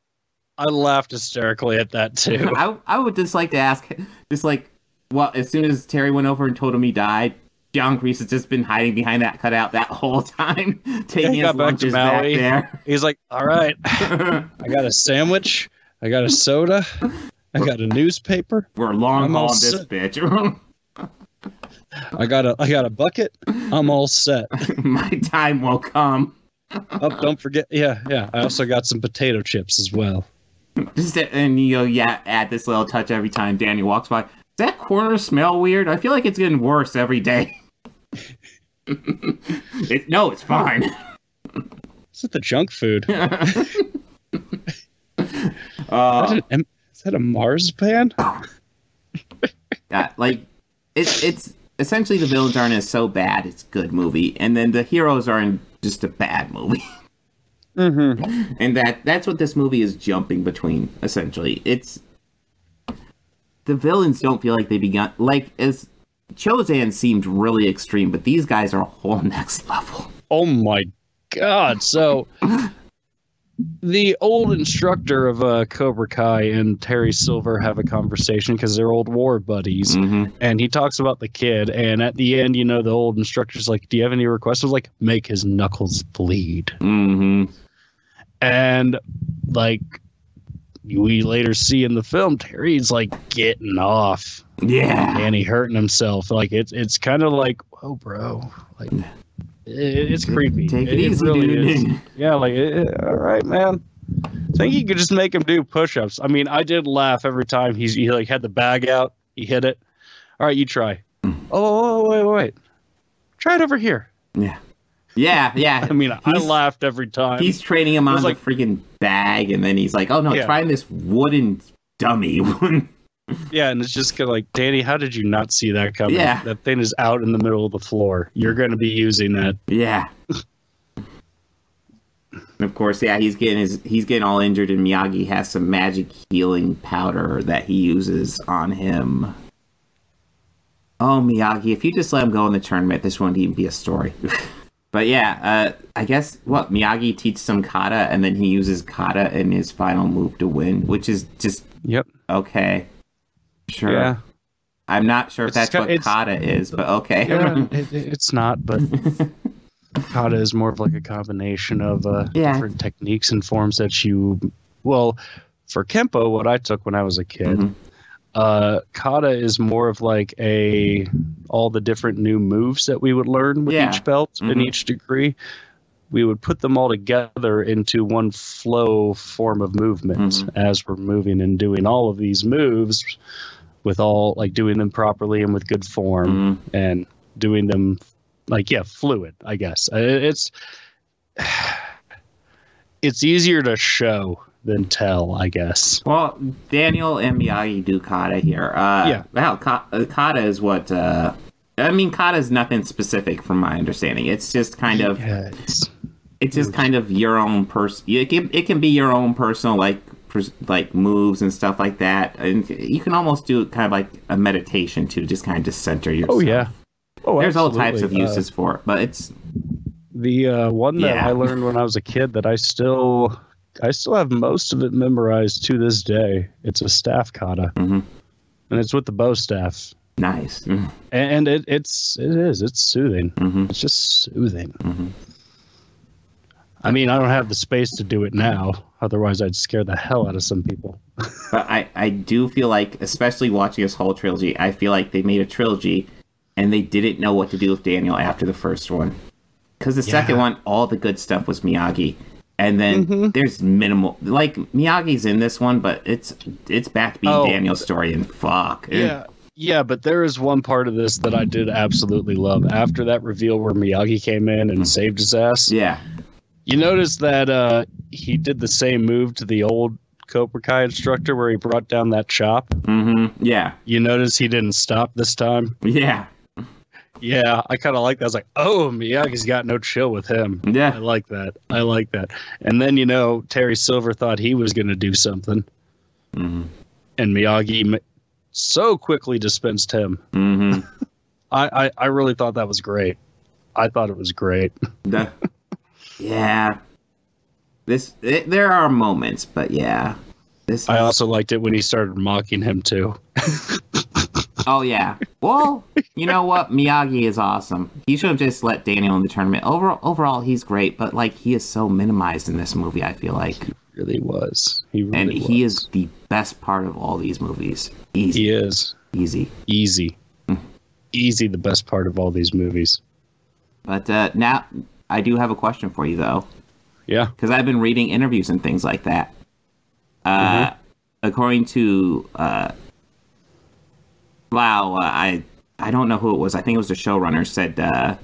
I laughed hysterically at that too.
I, I would just like to ask, just like, well, as soon as Terry went over and told him he died, John Grease has just been hiding behind that cutout that whole time, taking
he
his
got back to
lunches back,
Maui.
there.
He's like, all right, I got a sandwich, I got a soda, I got a newspaper.
We're long
I'm all
hauling this
set.
bitch.
I got a I got a bucket. I'm all set.
My time will come.
Oh, don't forget. Yeah, yeah. I also got some potato chips as well.
Just a- and you know, yeah, add this little touch every time Danny walks by. Does that corner smell weird? I feel like it's getting worse every day. it, no, it's fine.
Is it the junk food? Is
Uh,
that, an- is that a Mars band?
Yeah, Uh, like it, it's essentially the villains aren't as so bad. It's a good movie, and then the heroes are in just a bad movie. Mm-hmm. And that that's what this movie is jumping between. Essentially, it's the villains don't feel like they begun like as Chosen seemed really extreme, but these guys are a whole next level.
Oh my god! So the old instructor of uh, Cobra Kai and Terry Silver have a conversation because they're old war buddies, and he talks about the kid. And at the end, you know, the old instructor's like, "Do you have any requests?" I was like, "Make his knuckles bleed."
Mm-hmm.
And like we later see in the film, Terry's like getting off
Yeah.
and he hurting himself. Like it's it's kind of like, whoa, bro, like. It, it's creepy.
Take it, easy, dude.
Yeah, like eh, eh, all right, man. I think you could just make him do push-ups. I mean, I did laugh every time he's he like had the bag out, he hit it. All right, you try. Oh, wait, wait, wait. Try it over here.
Yeah. Yeah, yeah.
I mean, I
He's-
laughed every time.
He's training him on
was
the
like-
freaking bag, and then he's like, "Oh no,
Yeah.
try this wooden dummy."
Yeah, and it's just kind of like, Danny, how did you not see that coming?
Yeah.
That thing is out in the middle of the floor. You're going to be using that.
yeah. And of course, yeah, he's getting his he's getting all injured, and Miyagi has some magic healing powder that he uses on him. Oh, Miyagi, if you just let him go in the tournament, this wouldn't even be a story. but yeah, uh, I guess what Miyagi teaches him kata, and then he uses kata in his final move to win, which is just
Yep.
okay. Sure. I'm not sure if
It's
that's
ki-
what
it's-
kata is, but okay.
Yeah, it, it- it's not, but kata is more of like a combination of uh,
Yeah.
different techniques and forms that you. Well, for kempo, what I took when I was a kid, uh, kata is more of like a all the different new moves that we would learn with
Yeah.
each belt in
Mhm.
each degree. We would put them all together into one flow form of movement as we're moving and doing all of these moves with all like doing them properly and with good form
Mhm.
and doing them like yeah fluid i guess Uh, it's it's easier to show than tell i guess
Well, Daniel and Miyagi do kata here. Uh,
Yeah.
Well, ka- uh, kata is what. Uh, I mean, kata is nothing specific, from my understanding. It's just kind of.
yeah it's,
It's just kind of your own person. It can, it can be your own personal like pers- like moves and stuff like that, and you can almost do it kind of like a meditation too, just kind of just center yourself.
oh yeah oh
There's all types of
absolutely. Uh,
uses for it, but it's
the uh, one that
Yeah.
i learned when i was a kid that i still i still have most of it memorized to this day it's a staff kata
Mhm.
and it's with the bow staff
nice. Mm-hmm.
and it, it's it is it's soothing
Mhm.
it's just soothing
Mm-hmm.
i mean i don't have the space to do it now otherwise i'd scare the hell out of some people
But I, I do feel like, especially watching this whole trilogy, I feel like they made a trilogy and they didn't know what to do with Daniel after the first one. Because the second one, all the good stuff was Miyagi. And then
Mm-hmm.
there's minimal, like Miyagi's in this one, but it's it's back to being
Oh.
Daniel's story, and fuck,
yeah but there is one part of this that i did absolutely love after that reveal where miyagi came in
Mm-hmm.
and saved his ass
yeah,
you notice that uh he did the same move to the old cobra kai instructor where he brought down that chop
hmm yeah,
you notice he didn't stop this time
yeah,
yeah i kind of like that i was like oh miyagi's got no chill with him I
yeah,
like that. I like that. And then you know Terry Silver thought he was going to do something,
Mhm.
and Miyagi ma- so quickly dispensed him.
hmm
I, I I really thought that was great. I thought it was great.
the, yeah. This it, there are moments, but yeah, this
I
is-
also liked it when he started mocking him too.
Oh yeah. Well, you know what? Miyagi is awesome. He should have just let Daniel in the tournament. Overall, overall, he's great, but like he is so minimized in this movie. I feel like
really was. He really
and he
was.
is the best part of all these movies. Easy,
He is
easy.
easy, easy. The best part of all these movies.
But uh, now I do have a question for you though,
Yeah.
because I've been reading interviews and things like that. Uh, According to uh, wow, uh, I I don't know who it was. I think it was the showrunner said uh,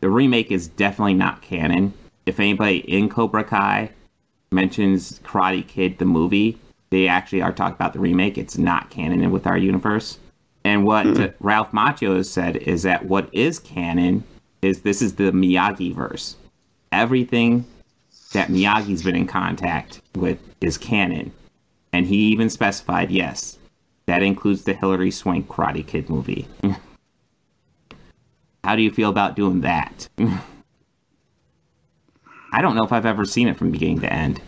the remake is definitely not canon. If anybody in Cobra Kai mentions Karate Kid the movie, they actually are talking about the remake. It's not canon with our universe. And what Ralph Macchio has said is that what is canon is this is the Miyagi verse. Everything that Miyagi's been in contact with is canon. And he even specified, yes, that includes the Hillary Swank Karate Kid movie. How do you feel about doing that? I don't know if I've ever seen it from beginning to end.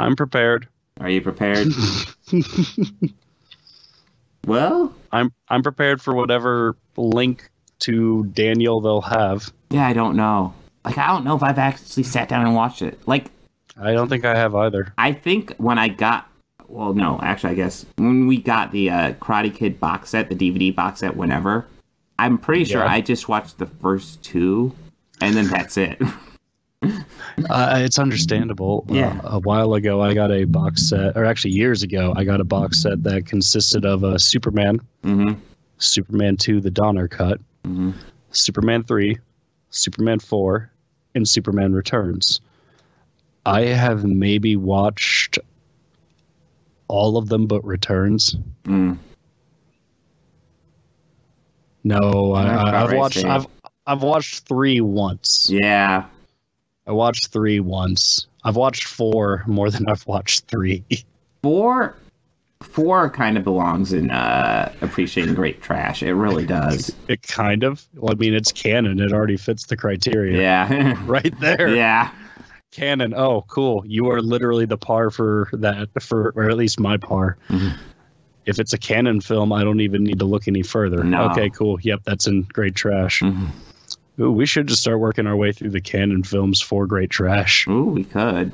I'm prepared.
Are you prepared? well,
I'm I'm prepared for whatever link to Daniel they'll have.
yeah, I don't know. Like, I don't know if I've actually sat down and watched it. Like,
I don't think I have either.
I think when I got, well, no, actually, I guess when we got the uh, Karate Kid box set, the DVD box set, whenever, I'm pretty sure
Yeah.
I just watched the first two, and then that's it.
Uh, it's understandable.
Yeah.
Uh, a while ago, I got a box set, or actually years ago, I got a box set that consisted of uh, Superman,
hmm
Superman 2, the Donner cut,
Mhm.
Superman 3, Superman 4, and Superman Returns. I have maybe watched all of them but Returns.
Mm.
No, I,
That's
I,
about
I've
right,
watched
Steve.
I've I've watched three once.
Yeah,
I watched three once. I've watched four more than I've watched three.
four, four kind of belongs in uh, appreciating great trash. It really does.
It kind of. Well, I mean, it's canon. It already fits the criteria.
Yeah,
Right there.
yeah.
Canon. Oh, cool. You are literally the par for that, for or at least my par.
Mhm.
If it's a canon film, I don't even need to look any further.
No.
Okay, cool. Yep, that's in great trash.
Mhm.
Ooh, we should just start working our way through the canon films for great trash
Ooh, we could.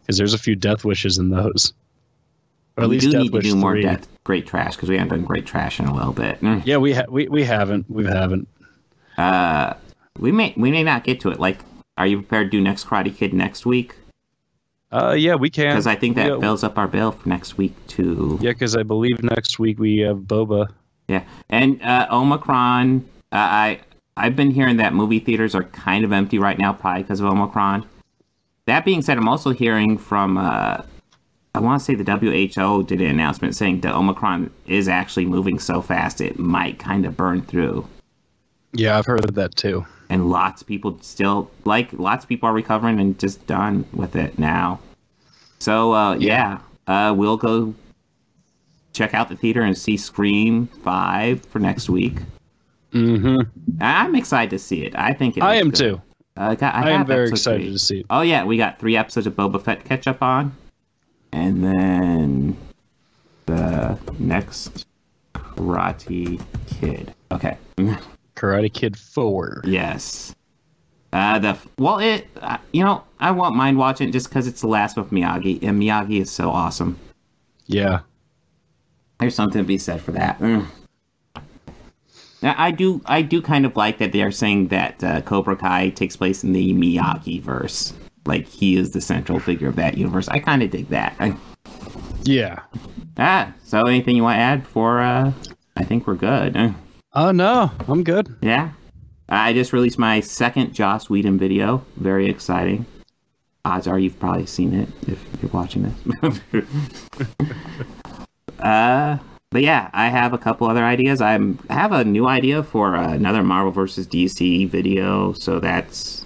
because there's a few death wishes in those. Or at
we
least
do
death
need to
wish
do more
three.
death, great trash because we haven't done great trash in a little bit. Mm.
Yeah, we ha- we we haven't. We haven't.
uh we may we may not get to it like are you prepared to do next karate kid next week
Uh, yeah, we can.
because i think that
yeah,
builds up our bill for next week too
Yeah, because I believe next week we have Boba.
yeah and uh omicron uh, i i've been hearing that movie theaters are kind of empty right now probably because of omicron that being said i'm also hearing from uh I want to say the WHO did an announcement saying that Omicron is actually moving so fast it might kind of burn through.
Yeah, I've heard of that too.
and lots of people still like lots of people are recovering and just done with it now so uh yeah, uh we'll go check out the theater and see scream 5 for next week
Mm-hmm.
I- i'm excited to see it i think it
I
looks
am
good.
too.
uh, got, I,
I am
have
very
episode
excited
three.
to see it.
oh yeah we got three episodes of boba fett catch up on and then the next karate kid okay
Karate Kid Four.
Yes. Uh, the well, it uh, you know I won't mind watching it just because it's the last with Miyagi, and Miyagi is so awesome.
Yeah,
There's something to be said for that. Mm. Now, I do I do kind of like that they are saying that uh, Cobra Kai takes place in the Miyagi verse. Like he is the central figure of that universe. I kind of dig that. I,
yeah.
ah, so anything you want to add before? Uh, I think we're good. Mm.
Oh no, I'm good.
Yeah. I just released my second Joss Whedon video. Very exciting. Odds are you've probably seen it if you're watching this. uh, but yeah, I have a couple other ideas. I'm, I have a new idea for uh, another Marvel versus DC video. So that's.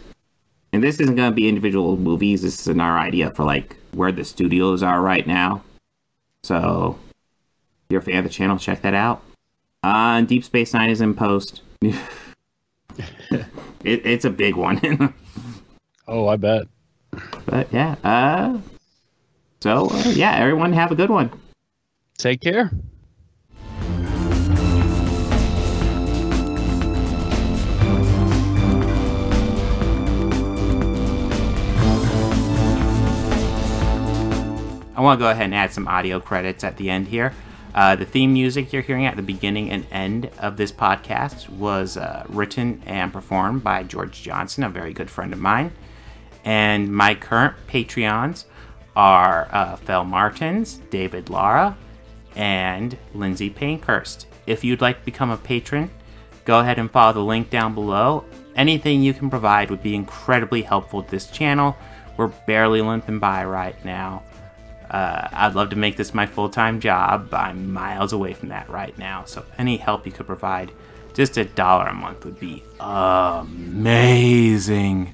And this isn't going to be individual movies. This is an our idea for like where the studios are right now. So if you're a fan of the channel, check that out. Uh, and Deep Space Nine is in post. it, it's a big one,
Oh, I bet.
but yeah. Uh, so uh, yeah, everyone have a good one.
Take care.
I want to go ahead and add some audio credits at the end here. Uh, the theme music you're hearing at the beginning and end of this podcast was uh, written and performed by George Johnson, a very good friend of mine. And my current Patreons are uh, Phil Martins, David Lara, and Lindsay Pankhurst. If you'd like to become a patron, go ahead and follow the link down below. Anything you can provide would be incredibly helpful to this channel. We're barely limping by right now. Uh, I'd love to make this my full time job. but I'm miles away from that right now. So, any help you could provide, just a dollar a month would be amazing.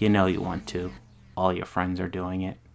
You know you want to. All your friends are doing it.